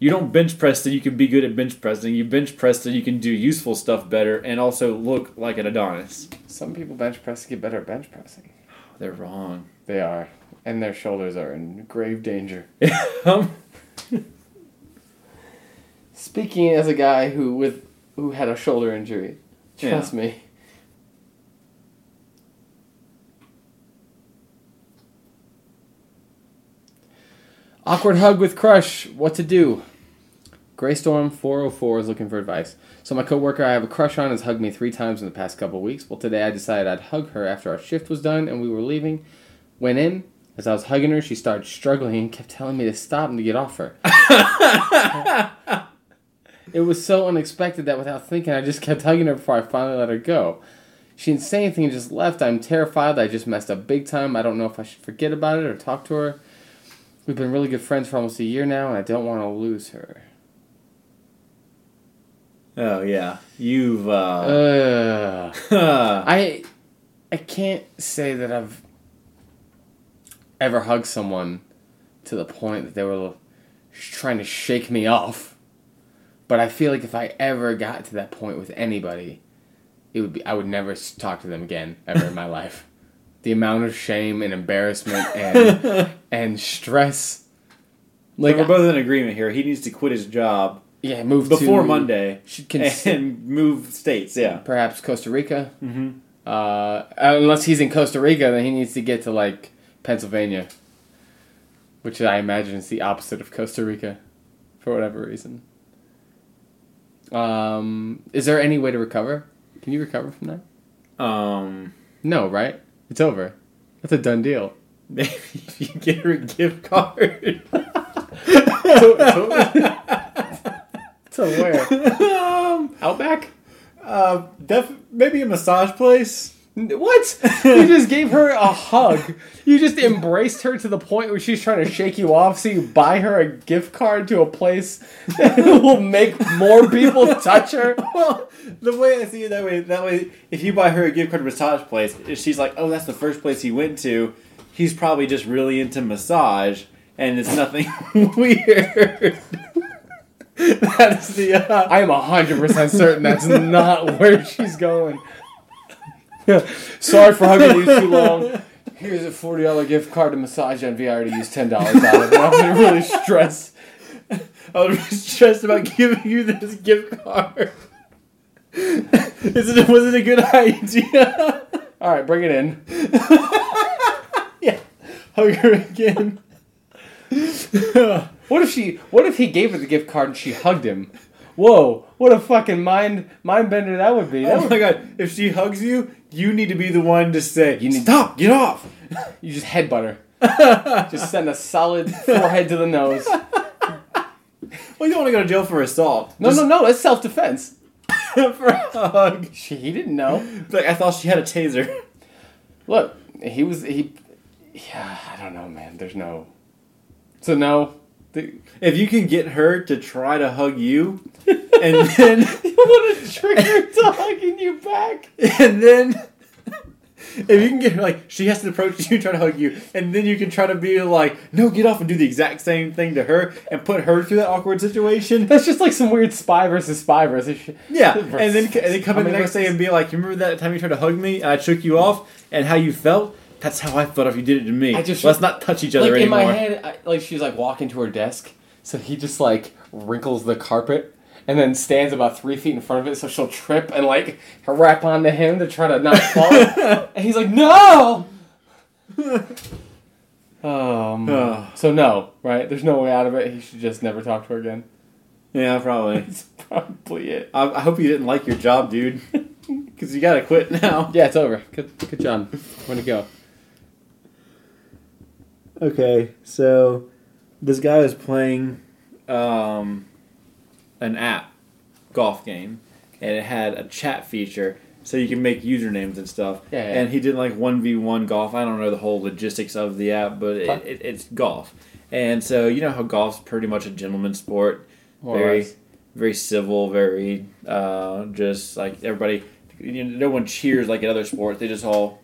S2: You don't bench press so you can be good at bench pressing. You bench press so you can do useful stuff better and also look like an Adonis.
S1: Some people bench press to get better at bench pressing.
S2: They're wrong. [LAUGHS]
S1: They are, and their shoulders are in grave danger.
S2: Um,
S1: Speaking as a guy who with who had a shoulder injury, trust me. Awkward hug with crush. What to do? Graystorm four hundred four is looking for advice. So my coworker I have a crush on has hugged me three times in the past couple weeks. Well, today I decided I'd hug her after our shift was done and we were leaving. Went in. As I was hugging her, she started struggling and kept telling me to stop and to get off her. It was so unexpected that without thinking, I just kept hugging her before I finally let her go. She didn't say anything and just left. I'm terrified. I just messed up big time. I don't know if I should forget about it or talk to her. We've been really good friends for almost a year now, and I don't want to lose her.
S2: oh yeah, you've. [LAUGHS] Uh,
S1: Ugh. I, I can't say that I've ever hugged someone to the point that they were sh- trying to shake me off. But I feel like if I ever got to that point with anybody, it would be I would never s- talk to them again ever in my life. The amount of shame and embarrassment
S2: [LAUGHS]
S1: and and stress, like
S2: we're both in agreement here. He needs to quit his job
S1: yeah, move to-
S2: before Monday
S1: Should cons-
S2: and move states. Yeah.
S1: perhaps Costa Rica. Uh, unless he's in Costa Rica, then he needs to get to like Pennsylvania, which I imagine is the opposite of Costa Rica, for whatever reason. Um, is there any way to recover? Can you recover from that?
S2: Um, [LAUGHS]
S1: No, right? It's over. That's a done deal.
S2: maybe you get her a gift card.
S1: To [LAUGHS] where?
S2: [LAUGHS] um,
S1: Outback?
S2: uh, def- maybe a massage place.
S1: What? [LAUGHS] You just gave her a hug. You just embraced her to the point where she's trying to shake you off, so you buy her a gift card to a place [LAUGHS] that will make more people touch her.
S2: Well, the way I see it that way, that way, if you buy her a gift card to a massage place, if she's like, "Oh, that's the first place he went to," he's probably just really into massage, and it's nothing [LAUGHS] weird. [LAUGHS] That's the. Uh,
S1: I am 100% certain that's not where she's going. [LAUGHS] Sorry for hugging you too long. Here's a $40 gift card to Massage Envy. I already used $10 out of it. I'm going to really stress.
S2: I was really stressed about giving you this gift card. [LAUGHS] Is it, was it a good idea? [LAUGHS]
S1: All right, bring it in.
S2: Hug her again. [LAUGHS]
S1: What if she? What if he gave her the gift card and she hugged him? Whoa! What a fucking mind mind bender that would be. That
S2: Oh
S1: would-
S2: my god, if she hugs you, you need to be the one to say,
S1: You need-
S2: Stop, get off!
S1: You just headbutt her.
S2: [LAUGHS]
S1: just send a solid forehead to the nose.
S2: Well, you don't want to go to jail for assault. [LAUGHS]
S1: No, no, no. That's self defense.
S2: no. for a hug.
S1: She he didn't know.
S2: Like, I thought she had a taser. [LAUGHS]
S1: Look, he was he. Yeah, I don't know, man. There's no. So no.
S2: [LAUGHS]
S1: The,
S2: If you can get her to try to hug you,
S1: [LAUGHS]
S2: and then.
S1: what a trigger to hugging you back.
S2: And then. If you can get her, like, she has to approach you, try to hug you, and then you can try to be like, no, get off and do the exact same thing to her and put her through that awkward situation. [LAUGHS]
S1: That's just like some weird spy versus spy versus. Sh- [LAUGHS]
S2: Yeah, and then, and then come
S1: How
S2: in the
S1: many
S2: next day
S1: verses?
S2: and be like, "You remember that time you tried to hug me and I shook you off, and how you felt? That's how I felt if you did it to me.
S1: I just-
S2: Let's not touch each other
S1: like in
S2: anymore."
S1: my head, I, like she's like walking to her desk, so he just like wrinkles the carpet and then stands about three feet in front of it, so she'll trip and like wrap onto him to try to not fall.
S2: [LAUGHS]
S1: and he's like, "No." um.
S2: Ugh.
S1: So no, right? There's no way out of it. He should just never talk to her again.
S2: [LAUGHS]
S1: [LAUGHS]
S2: yeah, probably.
S1: That's probably it.
S2: I, I hope you didn't like your job, dude, [LAUGHS] because you gotta quit now.
S1: Yeah, it's over. Good, good job. Where to go?
S2: [LAUGHS] Okay, so this guy was playing um, an app golf game, and it had a chat feature, so you can make usernames and stuff.
S1: Yeah, yeah.
S2: And he did like one v one golf. I don't know the whole logistics of the app, but it,
S1: Fine.
S2: it, it's golf, and so you know how golf's pretty much a gentleman's sport.
S1: More or
S2: very,
S1: less.
S2: very civil. Very uh, just like everybody. You know, no one cheers like in other sports. They just all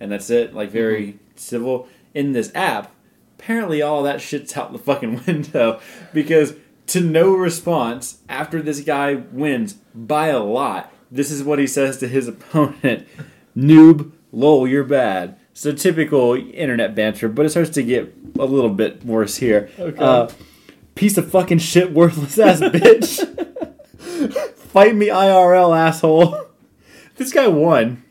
S2: and that's it. Like very civil in this app. Apparently, all that shit's out the fucking [LAUGHS] window because to no response after this guy wins by a lot. This is what he says to his [LAUGHS] opponent: "Noob, lol, you're bad." So typical internet banter, but it starts to get a little bit worse here.
S1: Okay.
S2: Uh, piece of fucking shit, worthless ass bitch. Fight me IRL, asshole. [LAUGHS] This guy won.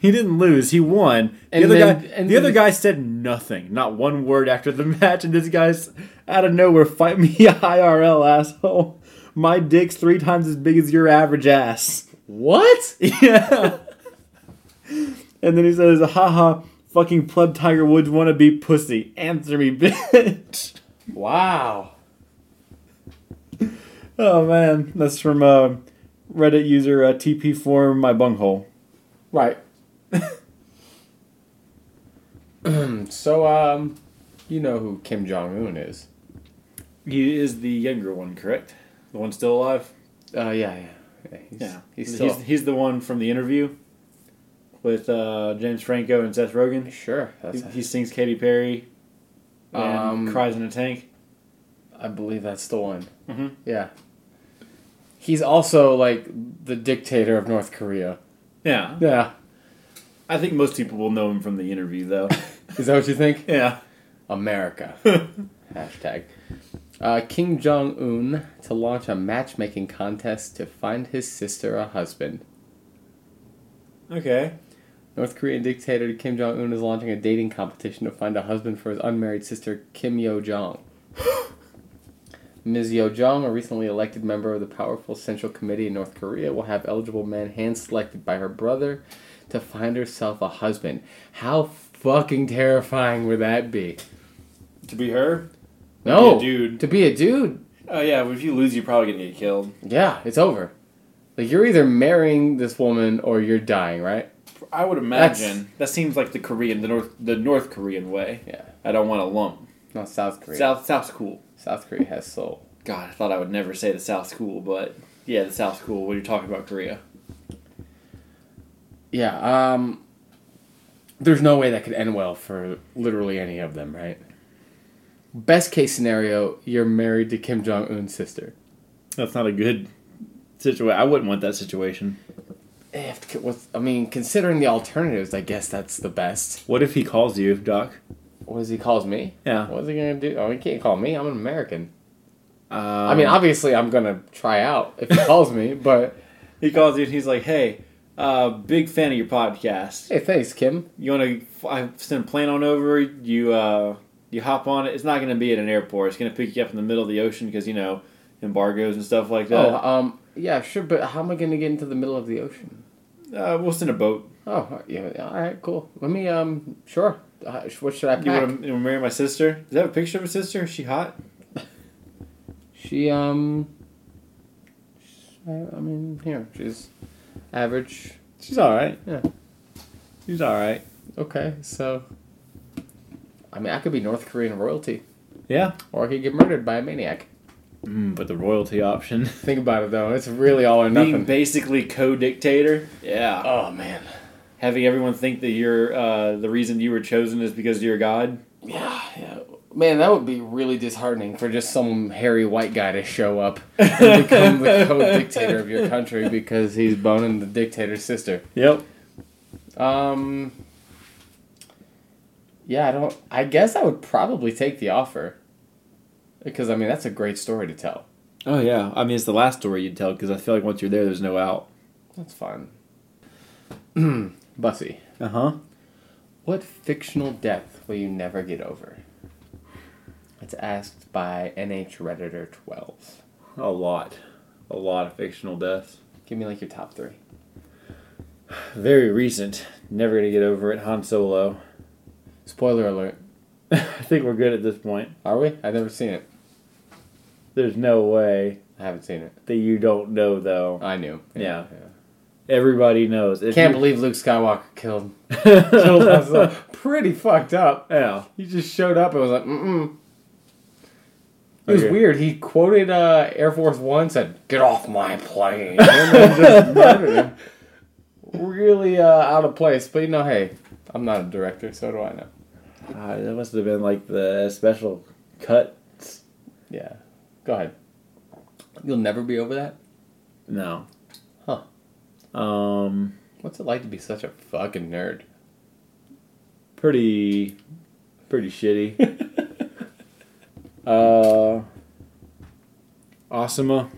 S2: He didn't lose. He won. The
S1: And
S2: other
S1: then-
S2: guy,
S1: and
S2: the other
S1: then-
S2: guy said nothing, not one word after the [LAUGHS] match. And this guy's out of nowhere. Fight me [LAUGHS] IRL, asshole. My dick's three times as big as your average ass.
S1: What?
S2: [LAUGHS] Yeah. and then he says, haha, fucking pleb Tiger Woods wannabe pussy. Answer me, [LAUGHS] bitch.
S1: Wow.
S2: Oh man, that's from uh, Reddit user uh, TP form my bunghole.
S1: Right. [CLEARS THROAT] so, um, you know who Kim Jong Un is?
S2: He is the younger one, correct? The one still alive.
S1: Uh, yeah, yeah. Yeah, he's,
S2: Yeah,
S1: he's
S2: he's
S1: still
S2: he's, the one from the interview with uh, James Franco and Seth Rogen.
S1: sure. That's
S2: He, he sings Katy Perry and
S1: Um,
S2: cries in a tank.
S1: I believe that's the one.
S2: Mhm.
S1: Yeah. Mm-hmm. He's also like the dictator of North Korea.
S2: Yeah,
S1: Yeah.
S2: I think most people will know him from the interview, though.
S1: Is that what you think?
S2: yeah, [LAUGHS]
S1: America. Hashtag. Uh, Kim Jong Un to launch a matchmaking contest to find his sister a husband.
S2: okay.
S1: North Korean dictator Kim Jong Un is launching a dating competition to find a husband for his unmarried sister Kim Yo Jong. [GASPS] Ms. Yo Jong, a recently elected member of the powerful Central Committee in North Korea, will have eligible men hand selected by her brother to find herself a husband. How fucking terrifying would that be?
S2: To be her?
S1: No,
S2: Be a dude.
S1: to be a dude.
S2: Oh yeah. If you lose, you're probably gonna get killed.
S1: Yeah, it's over. Like you're either marrying this woman or you're dying, right?
S2: I would imagine that seems like the Korean, the North, the North Korean way.
S1: Yeah.
S2: I don't want to lump.
S1: Not South Korea.
S2: South South's cool.
S1: South Korea has soul.
S2: God, I thought I would never say the South's cool, but yeah, the South's cool when you're talking about Korea.
S1: Yeah, um there's no way that could end well for literally any of them, right? Best case scenario, you're married to Kim Jong Un's sister.
S2: That's not a good situation. I wouldn't want that situation.
S1: Eh, If, with, I mean, considering the alternatives, I guess that's the best.
S2: What if he calls you, Doc?
S1: What does he calls me?
S2: Yeah.
S1: What's he gonna do? Oh, he can't call me. I'm an American.
S2: Um,
S1: I
S4: Uh,
S1: mean, obviously, I'm gonna try out if he calls me. But
S4: He calls you and he's like, "Hey, uh, big fan of your podcast.
S1: hey, thanks, Kim.
S4: You want to I send a plane on over? You uh, you hop on it. It's not going to be at an airport. It's going to pick you up in the middle of the ocean because you know embargoes and stuff like that.
S1: Oh, um, yeah, sure. But how am I gonna get into the middle of the ocean?
S4: Uh, we'll send a boat.
S1: Oh, yeah. All right, cool. Let me. Um, sure. Uh, what should I
S4: You
S1: pack?
S4: want to marry my sister? Does that have a picture of a sister? Is she hot?
S1: She um. I, I mean, here she's average.
S2: she's all right.
S1: Yeah.
S2: She's all right.
S1: Okay, so. I mean, I could be North Korean royalty,
S2: Yeah.
S1: or I could get murdered by a maniac.
S2: Mm, but the royalty option.
S1: Think about it though; it's really all
S4: [LAUGHS]
S1: or
S4: Being
S1: nothing.
S4: basically co-dictator. Yeah.
S1: Oh man.
S4: Having everyone think that you're uh, the reason you were chosen is because you're God.
S1: Yeah, yeah. Man, that would be really disheartening for just some hairy white guy to show up and become [LAUGHS] the co-dictator of your country because he's boning the dictator's sister.
S2: yep.
S1: Um. Yeah, I don't. I guess I would probably take the offer. Because I mean, that's a great story to tell.
S2: Oh yeah. I mean, it's the last story you'd tell because I feel like once you're there, there's no out.
S1: That's fun. [CLEARS THROAT] Bussy,
S2: Uh huh.
S1: what fictional death will you never get over? It's asked by NH Redditor twelve.
S2: A lot, a lot of fictional deaths.
S1: Give me like your top three.
S2: Very recent. Never gonna get over it. Han Solo. [LAUGHS]
S1: Spoiler alert.
S2: I think we're good at this point.
S1: Are we? I've never seen it.
S2: There's no way
S1: I haven't seen it.
S2: that you don't know though.
S1: I knew.
S2: Yeah. Everybody knows. If
S1: Can't
S2: you-
S1: believe Luke Skywalker killed [LAUGHS] killed
S4: [LAUGHS]
S1: Han Solo. Pretty fucked up.
S2: [LAUGHS] yeah.
S1: He just showed up and was like, mm mm. It was
S2: Okay.
S1: weird. He quoted uh, Air Force One, said, Get off my plane. [LAUGHS] And then just murdered him. Really uh, out of place. But you know, hey, I'm not a director, so do I know.
S2: Uh, that must have been like the special cut.
S1: Yeah. Go ahead. You'll never be over that?
S2: No.
S1: Huh.
S2: Um.
S1: What's it like to be such a fucking nerd?
S2: Pretty. Pretty shitty. uh. Asuma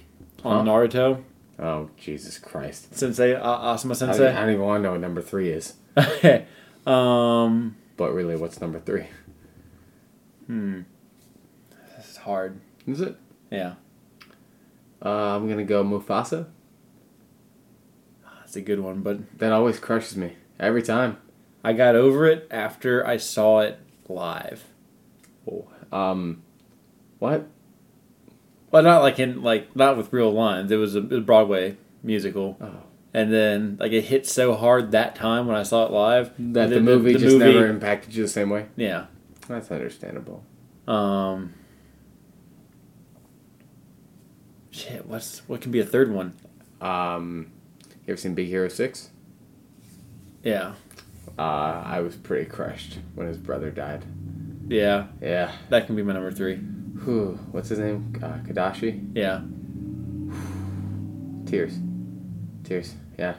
S2: on
S1: Huh?
S2: Naruto
S1: [LAUGHS] Oh, Jesus Christ.
S2: Sensei. Uh, Asuma
S1: I don't, I
S2: Sensei.
S1: don't even want to know what number three is.
S2: [LAUGHS] um.
S1: But really, what's number three?
S2: Hmm. This is hard.
S1: Is it?
S2: Yeah.
S1: Uh, I'm going to go Mufasa.
S2: That's a good one, but
S1: That always crushes me. Every time.
S2: I got over it after I saw it live.
S1: Um, what?
S2: Well, not like in like not with real lines. It was a, it was a Broadway musical,
S1: Oh.
S2: and then like it hit so hard that time when I saw it live
S1: That the, movie just never impacted you the same way?
S2: yeah.
S1: That's understandable.
S2: Um, shit, what's what can be a third one?
S1: Um, you ever seen Big Hero 6?
S2: Yeah,
S1: Uh, I was pretty crushed when his brother died.
S2: yeah,
S1: Yeah.
S2: that can be my number three.
S1: Whew. What's his name? Uh, Kadashi?
S2: Yeah,
S1: Tears. Tears. Yeah.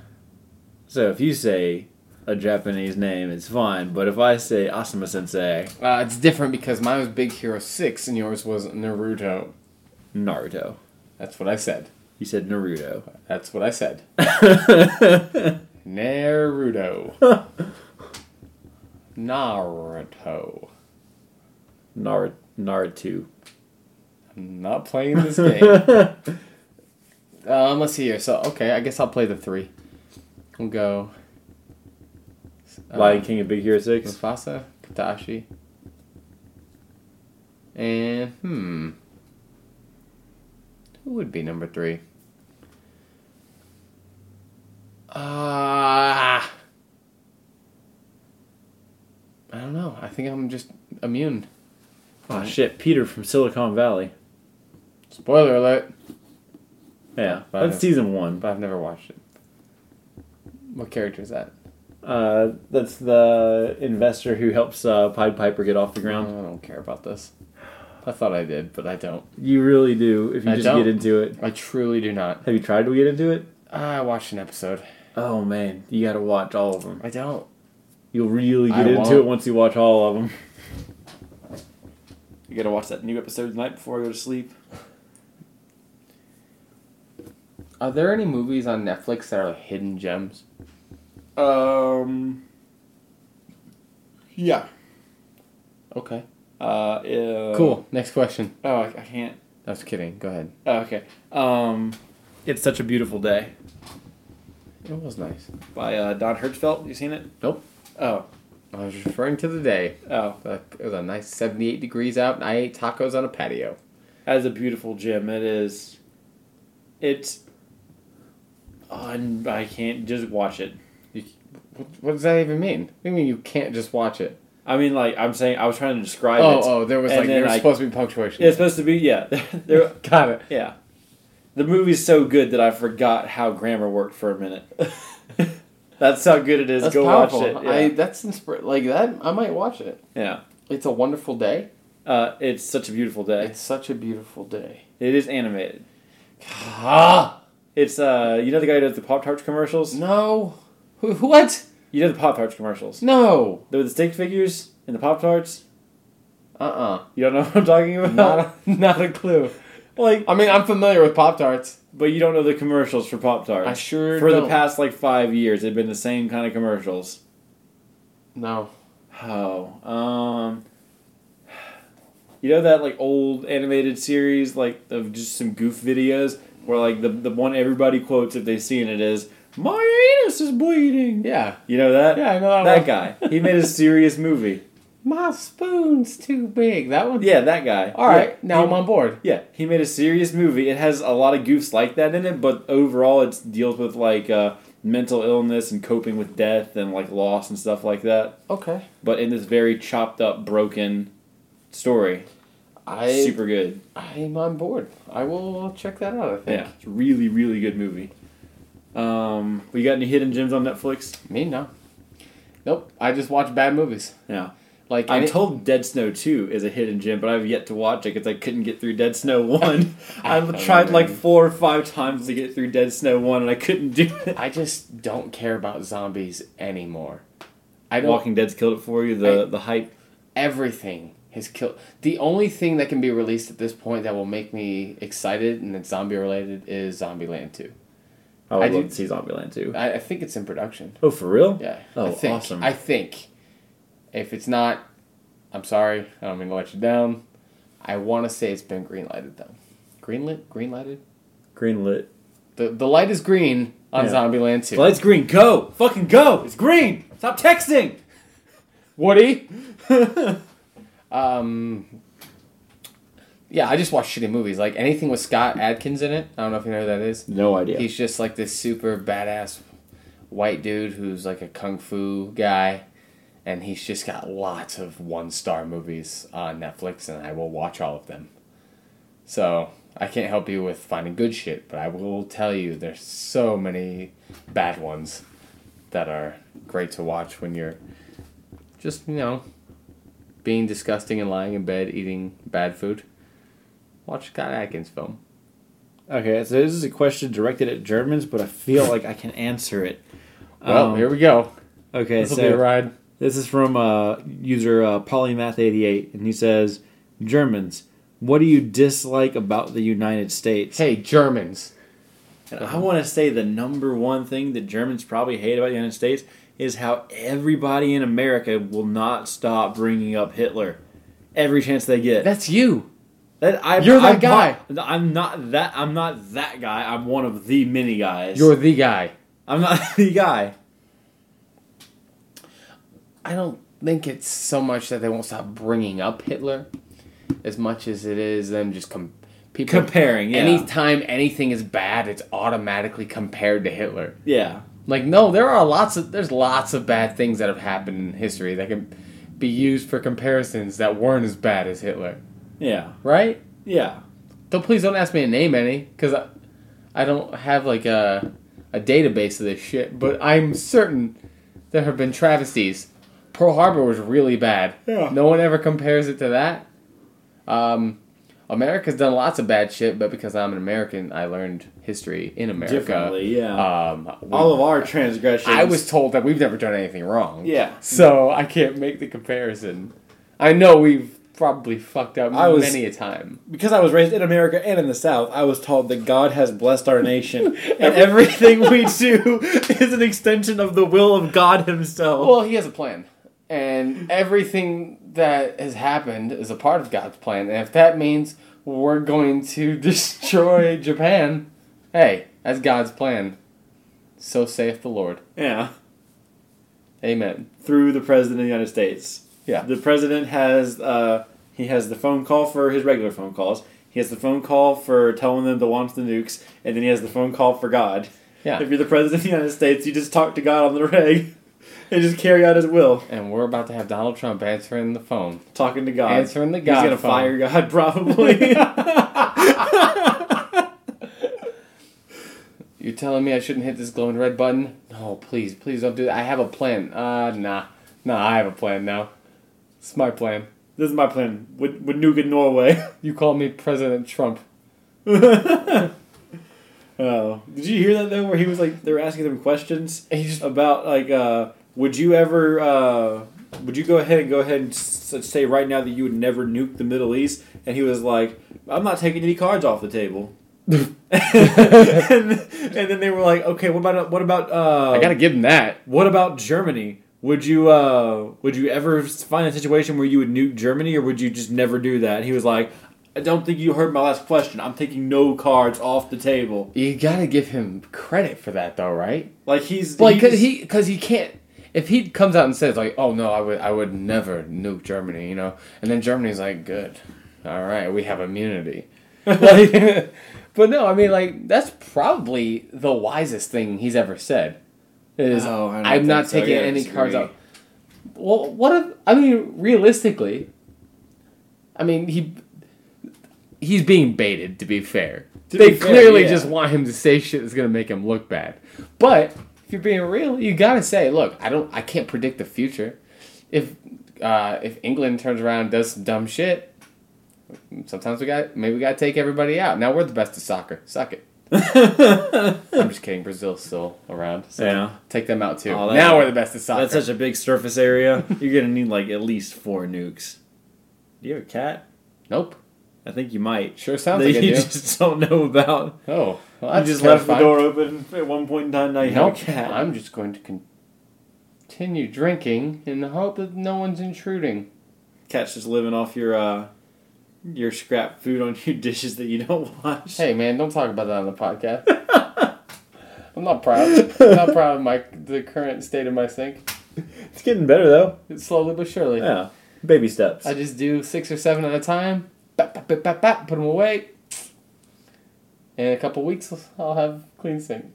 S2: so if you say a Japanese name, it's fine, but if I say Asuma Sensei
S1: Uh, it's different because mine was Big Hero 6 and yours was Naruto.
S2: Naruto,
S1: That's what I said.
S2: you said Naruto. [LAUGHS]
S1: That's what I said. [LAUGHS] Naruto. Naruto.
S2: Nar Naruto.
S1: I'm not playing this game. um, let's see here. So, okay, I guess I'll play the three. We'll go. uh,
S2: Lion King and Big Hero Six.
S1: Mufasa, Katashi. And, hmm. Who would be number three? Ah. I don't know. I think I'm just immune.
S2: Oh shit, Peter from Silicon Valley.
S1: Spoiler alert.
S2: Yeah,
S1: Valley.
S2: that's season one.
S1: but I've never watched it. What character is that?
S3: Uh, that's the investor who helps uh, Pied Piper get off the
S1: I
S3: ground.
S1: don't care about this. I thought I did, but I don't.
S3: You really do if you
S1: I
S3: just
S1: don't.
S3: get into it.
S1: I truly do not. Ah,
S3: Have you tried to get into it?
S1: I watched an episode.
S3: Oh man, you got to watch all of them.
S1: I don't.
S3: You'll really get
S1: I
S3: into
S1: won't.
S3: it once you watch all of them.
S2: You gotta watch that new episode tonight before I go to sleep.
S1: Are there any movies on Netflix that are hidden gems?
S2: Um. Yeah.
S1: Okay.
S2: Uh. uh
S1: Cool. Next question.
S2: Oh, I, I can't.
S1: I was kidding. Go ahead.
S2: Oh, okay. Um. It's such a beautiful day
S1: It was nice.
S2: by uh, Don Hertzfeldt. You seen it?
S1: Nope.
S2: Oh.
S1: I was referring to the day.
S2: Oh.
S1: But It was a nice 78 degrees out, and I ate tacos on a patio.
S2: That's a beautiful gym. It is. It's. Un- I can't just watch it.
S1: You, what, what does that even mean? What do you mean you can't just watch it?
S2: I mean, like I'm saying, I was trying to describe
S1: Oh,
S2: it.
S1: oh, there was
S2: and
S1: like
S2: then
S1: there was
S2: I-
S1: supposed to be punctuation.
S2: It's supposed to be yeah. [LAUGHS] there,
S1: [LAUGHS] Got it.
S2: yeah. The movie's so good that I forgot how grammar worked for a minute. [LAUGHS] That's how good it is.
S1: That's
S2: Go
S1: powerful.
S2: watch it. Yeah.
S1: I that's inspir- like that. I might watch it.
S2: yeah.
S1: It's a wonderful day.
S2: Uh, it's such a beautiful day.
S1: It's such a beautiful day.
S2: It is animated.
S1: Ah,
S2: It's uh, you know the guy who does the Pop Tarts commercials.
S1: no. Wh- What?
S2: You know the Pop Tarts commercials.
S1: No.
S2: With the stick figures and the Pop Tarts.
S1: Uh [LAUGHS] uh
S2: You don't know what I'm talking about.
S1: Not a, not a clue.
S2: [LAUGHS] like,
S1: I mean, I'm familiar with Pop Tarts.
S2: but you don't know the commercials for Pop
S1: I
S2: Tarts.
S1: sure
S2: For the
S1: don't.
S2: past like five years, they've been the same kind of commercials.
S1: No.
S2: Oh, um, [SIGHS] you know that like old animated series, like of just some goof videos, where like the the one everybody quotes if they've seen it is "My anus is bleeding."
S1: Yeah.
S2: You know that?
S1: Yeah, I know that,
S2: That
S1: one.
S2: guy. He made a serious movie.
S1: [LAUGHS] My spoon's too big. That one.
S2: Yeah, that guy.
S1: All right.
S2: Yeah.
S1: Now
S2: He-
S1: I'm on board.
S2: Yeah, he made a serious movie. It has a lot of goofs like that in it, but overall, it deals with like uh, mental illness and coping with death and like loss and stuff like that.
S1: Okay.
S2: But in this very chopped up, broken story,
S1: I
S2: super good.
S1: I'm on board. I will check that out. I think.
S2: Yeah, it's a really, really good movie. Um, we got any hidden gems on Netflix?
S1: Me no. Nope. I just watch bad movies.
S2: Yeah,
S1: Like
S2: I'm
S1: any-
S2: told Dead Snow Two is a hidden gem, but I've yet to watch it because I couldn't get through Dead
S1: [LAUGHS]
S2: Snow One. I've tried like four or five times to get through Dead Snow One, and I couldn't do it.
S1: I just don't care about zombies anymore. I don't.
S2: Walking Dead's killed it for you. The the hype.
S1: Everything has killed. The only thing that can be released at this point that will make me excited and it's zombie related is Zombieland Two.
S2: I would
S1: I
S2: love
S1: do-
S2: to see Zombieland too.
S1: I, I think it's in production.
S3: Oh, for real?
S1: Yeah.
S3: Oh,
S1: I think,
S3: awesome.
S1: I think if it's not, I'm sorry. I don't mean to let you down. I want to say it's been greenlighted though. Greenlit, greenlighted.
S3: Greenlit.
S1: The the light is green on
S3: Yeah.
S1: Zombieland Two.
S2: Lights green. Go. Fucking go. It's green. Stop texting.
S1: Woody. um. Yeah, I just watch shitty movies. Like anything with Scott Adkins in it. I don't know if you know who that is.
S3: No idea.
S1: He's just like this super badass white dude who's like a kung fu guy, and he's just got lots of one star movies on Netflix, and I will watch all of them. So I can't help you with finding good shit, but I will tell you there's so many bad ones that are great to watch when you're just you know being disgusting and lying in bed eating bad food. Watch Scott Adkins film.
S3: Okay, so this is a question directed at Germans, but I feel like I can answer it.
S1: Well,
S3: Um,
S1: here we go.
S3: okay,
S1: This will be a
S3: so
S1: ride.
S3: this is from uh, user uh, polymath88, and he says, "Germans, what do you dislike about the United States?"
S1: Hey, Germans.
S2: And
S1: Uh-huh.
S2: I want to say the number one thing that Germans probably hate about the United States is how everybody in America will not stop bringing up Hitler every chance they get.
S1: That's you.
S2: That- I,
S1: You're that
S2: I'm
S1: guy.
S2: not- I'm not that. I'm not that guy. I'm one of the many guys.
S1: You're the guy.
S2: I'm not [LAUGHS] the guy.
S1: I don't think it's so much that they won't stop bringing up Hitler as much as it is them just com- people
S2: Comparing, yeah.
S1: Anytime anything is bad, it's automatically compared to Hitler.
S2: Yeah.
S1: Like no, there are lots of there's lots of bad things that have happened in history that can be used for comparisons that weren't as bad as Hitler,
S2: Yeah.
S1: right?
S2: Yeah.
S1: Don't please don't ask me to name any because I, I don't have like a a database of this shit. But I'm certain there have been travesties. Pearl Harbor was really bad.
S2: Yeah.
S1: No one ever compares it to that. Um, America's done lots of bad shit, but because I'm an American, I learned history in America.
S2: Differently, yeah.
S1: Um, we-
S2: All of our transgressions.
S1: I was told that we've never done anything wrong.
S2: Yeah.
S1: So I can't make the comparison. I know we've probably fucked up
S2: I was-
S1: many a time.
S2: because I was raised in America and in the South, I was told that God has blessed our [LAUGHS] nation, and everything we do is an extension of the will of God Himself.
S1: Well, he has a plan. And everything that has happened is a part of God's plan. And if that means we're going to [LAUGHS] destroy Japan, hey, that's God's plan. So saith the Lord.
S2: yeah,
S1: Amen.
S2: through the President of the United States.
S1: Yeah.
S2: the President has uh, he has the phone call for his regular phone calls. He has the phone call for telling them to launch the nukes, and then he has the phone call for God.
S1: Yeah.
S2: If you're the President of the United States, you just talk to God on the reg [LAUGHS] and just carry out His will,
S1: And we're about to have Donald Trump answering the phone.
S2: talking to God.
S1: Answering the God
S2: He's gonna
S1: phone.
S2: fire God [LAUGHS] probably.
S1: You're telling me I shouldn't hit this glowing red button? No, please, please don't do that. I have a plan. Uh, nah. Nah, I have a plan now. It's my plan.
S2: This is my plan. Would would nuke in Norway. [LAUGHS]
S1: You call me President Trump.
S2: oh, did you hear that though? Where he was like, they were asking them questions
S1: He just,
S2: about like, uh, would you ever, uh, would you go ahead and go ahead and s- say right now that you would never nuke the Middle East? And he was like, I'm not taking any cards off
S1: [LAUGHS]
S2: the table. [LAUGHS] and, and then they were like, okay, what about what about uh,
S1: I gotta give him that.
S2: what about Germany? Would you uh would you ever find a situation where you would nuke Germany or would you just never do that? And he was like, I don't think you heard my last question. I'm taking no cards off the table.
S1: You gotta give him credit for that, though, right?
S2: Like he's
S1: Like, cause
S2: he's-
S1: he, cause he can't. If he comes out and says like, "Oh no, I would, I would never nuke Germany," you know, and then Germany's like, "Good, all right, we have
S2: [LAUGHS]
S1: immunity." Like, [LAUGHS] but no, I mean, like that's probably the wisest thing he's ever said. Is
S2: Oh, I don't
S1: I'm not
S2: think so.
S1: taking
S2: Yeah, I
S1: any cards
S2: disagree.
S1: out. Well, what if? I mean, realistically, I mean he he's being baited. To be fair,
S2: To
S1: they
S2: be fair,
S1: clearly
S2: yeah.
S1: just want him to say shit that's gonna make him look bad. But if you're being real, you gotta say, look, I don't, I can't predict the future. If uh, if England turns around and does some dumb shit, sometimes we got maybe we gotta take everybody out. Now we're the best at soccer. Suck
S2: [LAUGHS]
S1: it. I'm just kidding. Brazil's still around. So
S2: Yeah.
S1: Take them out too.
S2: Oh, that-
S1: now we're the best at soccer.
S2: That's such a big surface area. [LAUGHS] You're gonna need like at least four nukes. Do you have a cat?
S1: nope.
S2: I think you might.
S1: Sure sounds
S2: that
S1: like I
S2: you
S1: do.
S2: just don't know about.
S1: Oh, well, that's
S2: you just left the
S1: terrifying.
S2: door open at one point in time. Now you
S1: Nope.
S2: have a cat.
S1: I'm just going to continue drinking in the hope that no one's intruding.
S2: Cat's just living off your uh, your scrap food on your [LAUGHS] dishes that you don't wash.
S1: Hey, man, don't talk about that on the
S2: [LAUGHS]
S1: podcast. I'm not proud. I'm not proud of my the current state of my sink.
S2: It's getting better though.
S1: It's slowly but surely.
S2: Yeah, baby steps.
S1: I just do six or seven at a time. Bap, bap, bap, bap, bap, put them away. In a couple weeks, I'll have clean sink.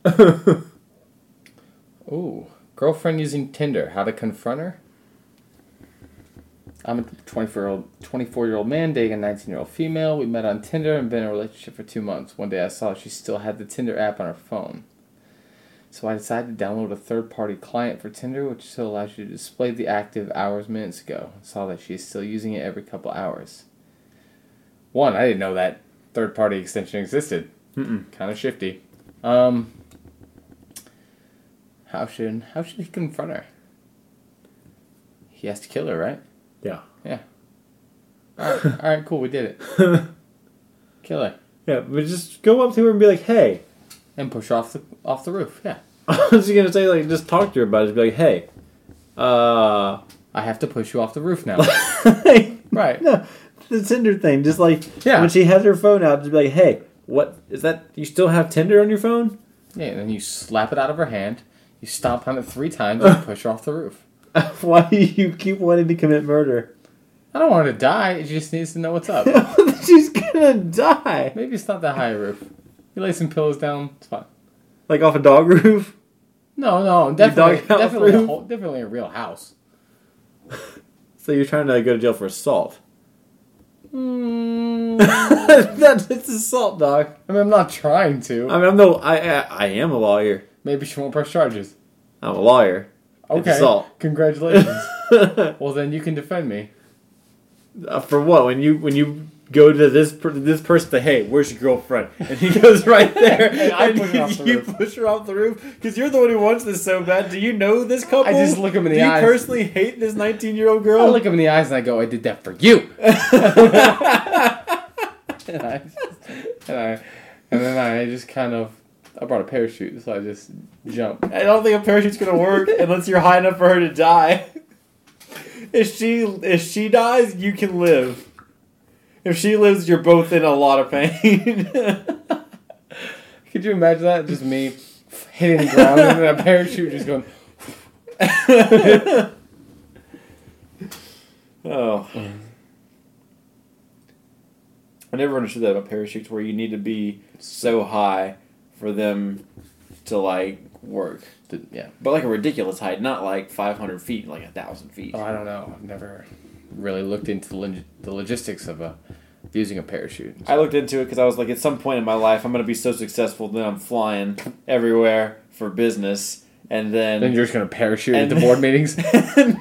S1: Ooh, girlfriend using Tinder. How to confront her? I'm a 24 year old 24 year old man dating a 19 year old female. We met on Tinder and been in a relationship for two months. One day I saw she still had the Tinder app on her phone. So I decided to download a third party client for Tinder, which still allows you to display the active hours minutes ago. I saw that she's still using it every couple hours. One, I didn't know that third party extension existed. Kind of shifty. Um, how should how should he confront her? He has to kill her, right?
S3: Yeah.
S1: Yeah. All right, all right cool. We did it. Kill her
S3: Yeah, but just go up to her and be like, "Hey." [LAUGHS]
S1: and push her off the off the roof. Yeah.
S3: I was gonna say like, just talk to her about it. Just be like, "Hey." Uh, [LAUGHS]
S1: I have to push you off the roof
S2: [LAUGHS]
S1: now. right.
S3: no, the Tinder thing. Just like
S1: Yeah.
S3: when she has her phone out, just be like, "Hey, what is that? You still have Tinder on your phone?" [LAUGHS]
S1: Yeah, and then you slap it out of her hand, you stomp on it three times, and you push her off the roof.
S3: Why do you keep wanting to commit murder? [LAUGHS]
S1: I don't want her to die, she just needs to know what's
S2: [LAUGHS]
S1: up.
S3: She's gonna die.
S1: Maybe it's not that high a roof. You lay some pillows down, it's fine.
S3: Like off a dog roof. [LAUGHS]
S1: No, no, definitely,
S3: doghouse
S1: definitely, a
S3: roof?
S1: whole, definitely a real house.
S3: So you're trying to go to jail for assault. [LAUGHS]
S1: Mm,
S3: That's it's assault, dog.
S1: I mean, I'm not trying to.
S3: I mean, I'm no, I, I I am a lawyer.
S1: Maybe she won't press charges.
S5: [LAUGHS]
S3: I'm a lawyer.
S2: It's assault.
S1: Congratulations. well, then you can defend me.
S2: Uh, for what? When you when you go to this per, this person, say, hey, where's your girlfriend?
S5: And he [LAUGHS] goes right there,
S1: And
S5: and,
S1: I push her off the
S5: you
S1: roof.
S5: push her off the roof because you're the one who wants this so bad. Do you know this couple?
S1: I just look him in
S5: Do
S1: the
S5: you
S1: eyes.
S5: personally hate this 19 year old
S1: I
S5: girl?
S1: look him in the eyes and I go, I did that for you. [LAUGHS] and, I just- and I and then I just kind of I brought a parachute, so I just jump.
S5: I don't think a parachute's gonna
S1: [LAUGHS]
S5: work unless you're high enough for her to die. If she if she dies, you can live. If she lives, you're both in a lot of pain. [LAUGHS]
S1: Could you imagine that? Just me hitting the ground and then a parachute just going.
S5: [LAUGHS] oh. I never understood that about parachutes where you need to be so high for them to like work.
S1: "Did- Yeah.
S5: But like a ridiculous height, not like 500 feet, like a thousand feet.
S1: Oh, I don't know. I've never really looked into the log- the logistics of a, using a parachute.
S5: I looked into it because I was like, at some point in my life, I'm going to be so successful that I'm flying everywhere for business, and then
S1: Then you're just gonna parachute at
S5: And-
S1: the board meetings.
S5: [LAUGHS]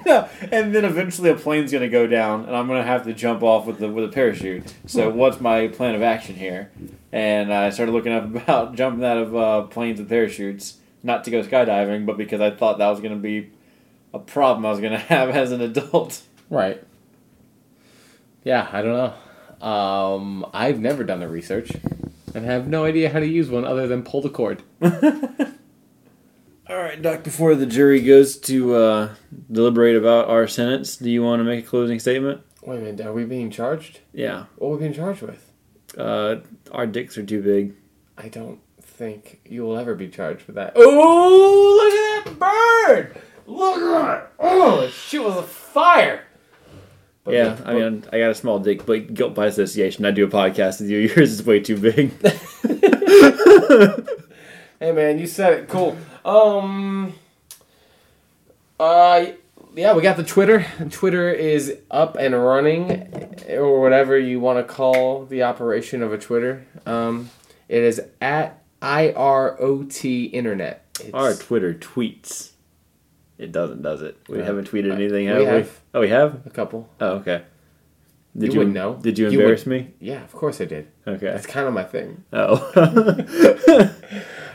S5: no, and then eventually a plane's going to go down, and I'm going to have to jump off with the with a parachute. So what's my plan of action here? And I started looking up [LAUGHS] about jumping out of uh, planes with parachutes, not to go skydiving, but because I thought that was going to be a problem I was going to [LAUGHS] have as an adult. [LAUGHS]
S1: Right. Yeah, I don't know. Um, I've never done the research and have no idea how to use one other than pull the cord.
S2: All right, Doc. Before the jury goes to uh, deliberate about our sentence, do you want to make a closing statement?
S1: Wait a minute, are we being charged?
S2: Yeah.
S1: What are we being charged with?
S2: Uh, our dicks are too big.
S1: I don't think you will ever be charged with that. Oh, look at that bird! Look at it! Oh, she was a fire! But
S2: yeah,
S1: the-
S2: I mean, I got a small dick, but guilt by association. I do a podcast with you. [LAUGHS] Yours is way too big.
S5: [LAUGHS]
S1: Hey man, you said it. Cool. Um. Uh. Yeah, we got the Twitter. Twitter is up and running, or whatever you want to call the operation of a Twitter. Um, it is at I R O T Internet. It's,
S2: our Twitter tweets. It doesn't, does it? We
S5: Uh,
S1: No.
S2: haven't tweeted
S1: I-
S2: anything,
S1: we
S2: have we?
S1: have.
S2: Oh, we have.
S1: a couple.
S2: Oh, okay.
S1: You
S2: Did
S1: wouldn't know.
S2: Did you
S1: You
S2: embarrass me?
S1: Yeah, of course I did.
S5: [LAUGHS]
S2: Okay.
S1: That's kind of my thing.
S2: Oh.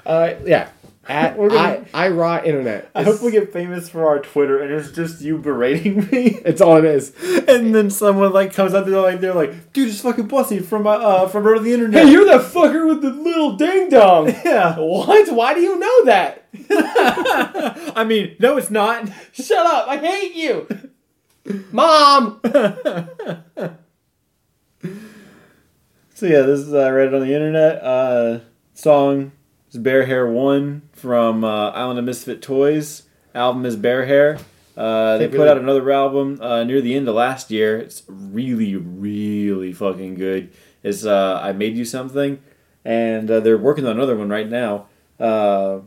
S1: Uh, yeah. At
S5: We're
S1: I
S5: gonna-
S1: I Raw Internet.
S5: I hope we get famous for our Twitter, and it's just you berating [LAUGHS] me.
S1: It's all it is.
S2: and then someone like
S5: comes out there like they're like, dude, it's fucking Bussy from uh, uh from Road to the Internet.
S1: Hey, you're that fucker with the little ding dong.
S5: [LAUGHS]
S1: [LAUGHS]
S5: yeah.
S2: [LAUGHS]
S1: What? Why do you know that?
S5: I mean, no, it's not.
S1: Shut up! I hate you, Mom.
S2: [LAUGHS] So yeah, this is I read it on the internet. Uh, song is Bear Hair One from uh, Island of Misfit Toys. Album is Bear Hair. Uh, they,
S1: They
S2: put
S1: really-
S2: out another album uh, near the end of last year. It's really, really fucking good. It's uh, I Made You Something, and uh, they're working on another one right now. Uh,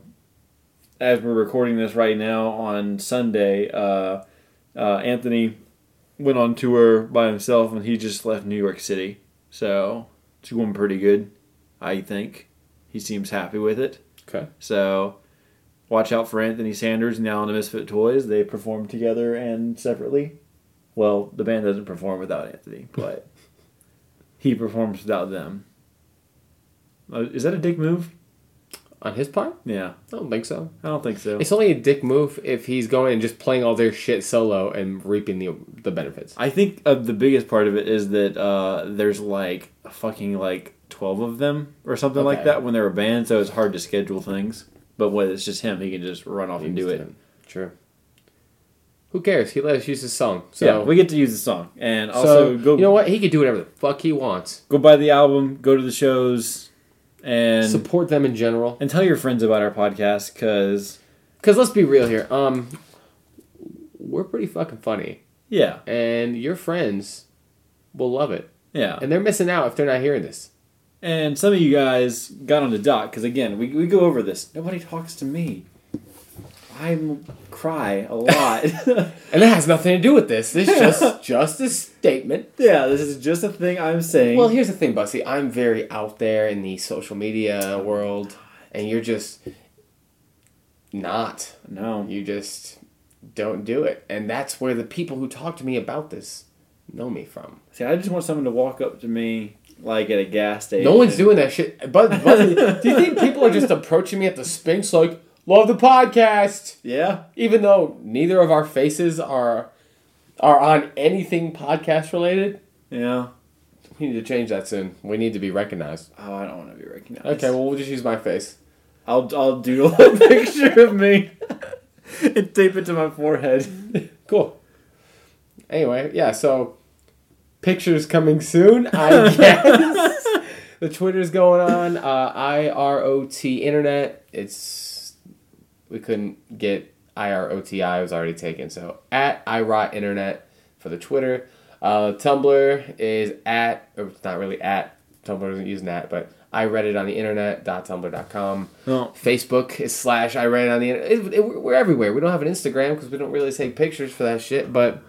S2: as we're recording this right now on Sunday, uh, uh, Anthony went on tour by himself, and he just left New York City. So it's going pretty good, I think. He seems happy with it.
S1: Okay.
S2: So watch out for Anthony Sanders now in the Misfit Toys. They perform together and separately. Well, the band doesn't perform without Anthony,
S1: [LAUGHS]
S2: but he performs without them. Uh, Is that a dick move?
S1: On his part,
S2: Yeah,
S1: I don't think so.
S2: I don't think so.
S1: It's only a dick move if he's going and just playing all their shit solo and reaping the the benefits.
S2: I think uh, the biggest part of it is that uh, there's like fucking like twelve of them or something like
S1: Okay.
S2: that when they're a band, so it's hard to schedule things. But when it's just him, he can just run off and do it.
S1: Sure. Who cares? He let us use his song. So,
S2: yeah, we get to use the song, and
S1: so
S2: also go
S1: you know what? He could do whatever the fuck he wants.
S2: go buy the album, go to the shows, and
S1: Support them in general.
S2: and tell your friends about our podcast because
S1: Because let's be real here. Um, we're pretty fucking funny,
S2: yeah,
S1: and your friends will love it.
S2: yeah.
S1: And they're missing out if they're not hearing this.
S2: And some of you guys got on the dock because again, we we go over this. Nobody talks to me. I cry
S1: [LAUGHS]
S2: a lot. [LAUGHS]
S1: And that has nothing to do with this. This is just just a statement.
S2: Yeah, this is just a thing I'm saying.
S1: Well, here's the thing, Bussy. I'm very out there in the social media world, and you're just not.
S2: no,
S1: You just don't do it. And that's where the people who talk to me about this know me from.
S2: See, I just want someone to walk up to me like at a gas station.
S1: No one's doing that shit. But, but do you think people are just approaching me at the Sphinx like, love the podcast?
S2: Yeah.
S1: Even though neither of our faces are are on anything podcast related,
S2: Yeah.
S1: we need to change that soon. We need to be recognized.
S2: Oh, I don't want to be recognized.
S1: Okay, well we'll just use my face.
S2: I'll I'll doodle a [LAUGHS] picture of me and tape it to my forehead.
S1: Cool. Anyway, yeah, so pictures coming soon, I [LAUGHS] guess. the Twitter's going on, uh, IROT Internet. It's. We couldn't get IROTI, it was already taken. So, at IROT Internet for the Twitter. Uh, Tumblr is at, or it's not really at, Tumblr isn't using that, but I read it on the internet, dot tumblr dot com.
S2: No.
S1: Facebook is slash I ran on the internet. It, it, we're everywhere. We don't have an Instagram because we don't really take pictures for that shit. But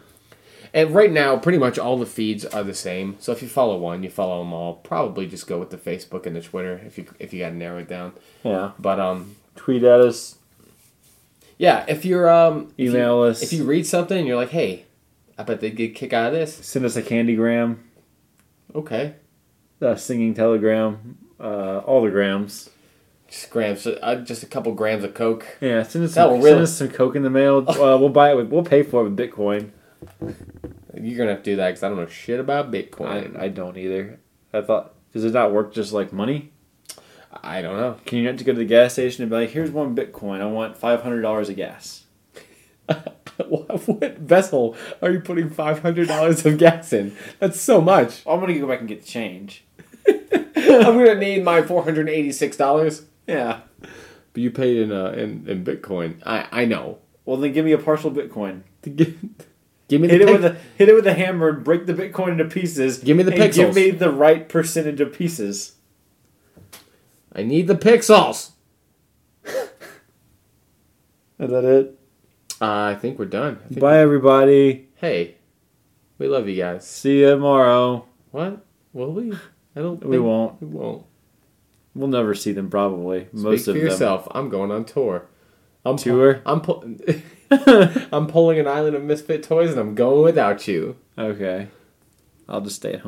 S1: and right now, pretty much all the feeds are the same. So if you follow one, you follow them all. Probably just go with the Facebook and the Twitter if you if you got to narrow it down.
S3: Yeah.
S1: But um,
S3: Tweet at us.
S1: yeah, if you're um, if you-
S3: Email us.
S1: if you read something, and you're like, hey, I bet they get a kick out of this.
S3: Send us a candygram,
S1: Okay,
S3: a singing telegram, uh, all the grams.
S1: just grams, uh, just a couple grams of coke.
S3: Yeah, send us
S1: That
S3: some,
S1: will
S3: send
S1: really-
S3: us some coke in the
S2: [LAUGHS]
S3: mail. Uh, we'll buy it with we'll pay for it with Bitcoin.
S1: You're gonna have to do that because I don't know shit about
S3: I,
S1: Bitcoin.
S3: I don't either. I thought does it not work just like money?
S1: I, I don't know.
S3: Can you
S2: You have to go to the gas station and be like, "Here's one Bitcoin. I want five hundred dollars of gas."
S1: [LAUGHS] what what vessel are you putting five hundred dollars of gas in? That's so much.
S2: Oh, I'm gonna go back and get the change.
S1: I'm gonna need my four hundred eighty-six dollars.
S2: Yeah.
S1: But you paid in uh in, in Bitcoin. I I know.
S2: Well, then give me a partial Bitcoin.
S1: To give, [LAUGHS] give me the
S2: Hit it
S1: pic-
S2: with a hit it with a hammer and break the Bitcoin into pieces.
S1: Give me the
S2: and
S1: pixels.
S2: Give me the right percentage of pieces.
S1: I need the pixels.
S3: Is that it?
S1: Uh, I think we're done. I think-
S3: Bye everybody.
S1: Hey, we love you guys.
S3: See you tomorrow.
S1: What? Will we? I don't.
S3: We
S1: think-
S3: won't.
S1: We won't.
S3: We'll never see them probably. Most
S1: Speak
S3: of
S1: for
S3: them.
S1: yourself. I'm going on tour. I'm pu-
S3: Tour?
S1: I'm pu- [LAUGHS] I'm pulling an island of misfit toys, and I'm going without you.
S3: Okay. I'll just stay at home.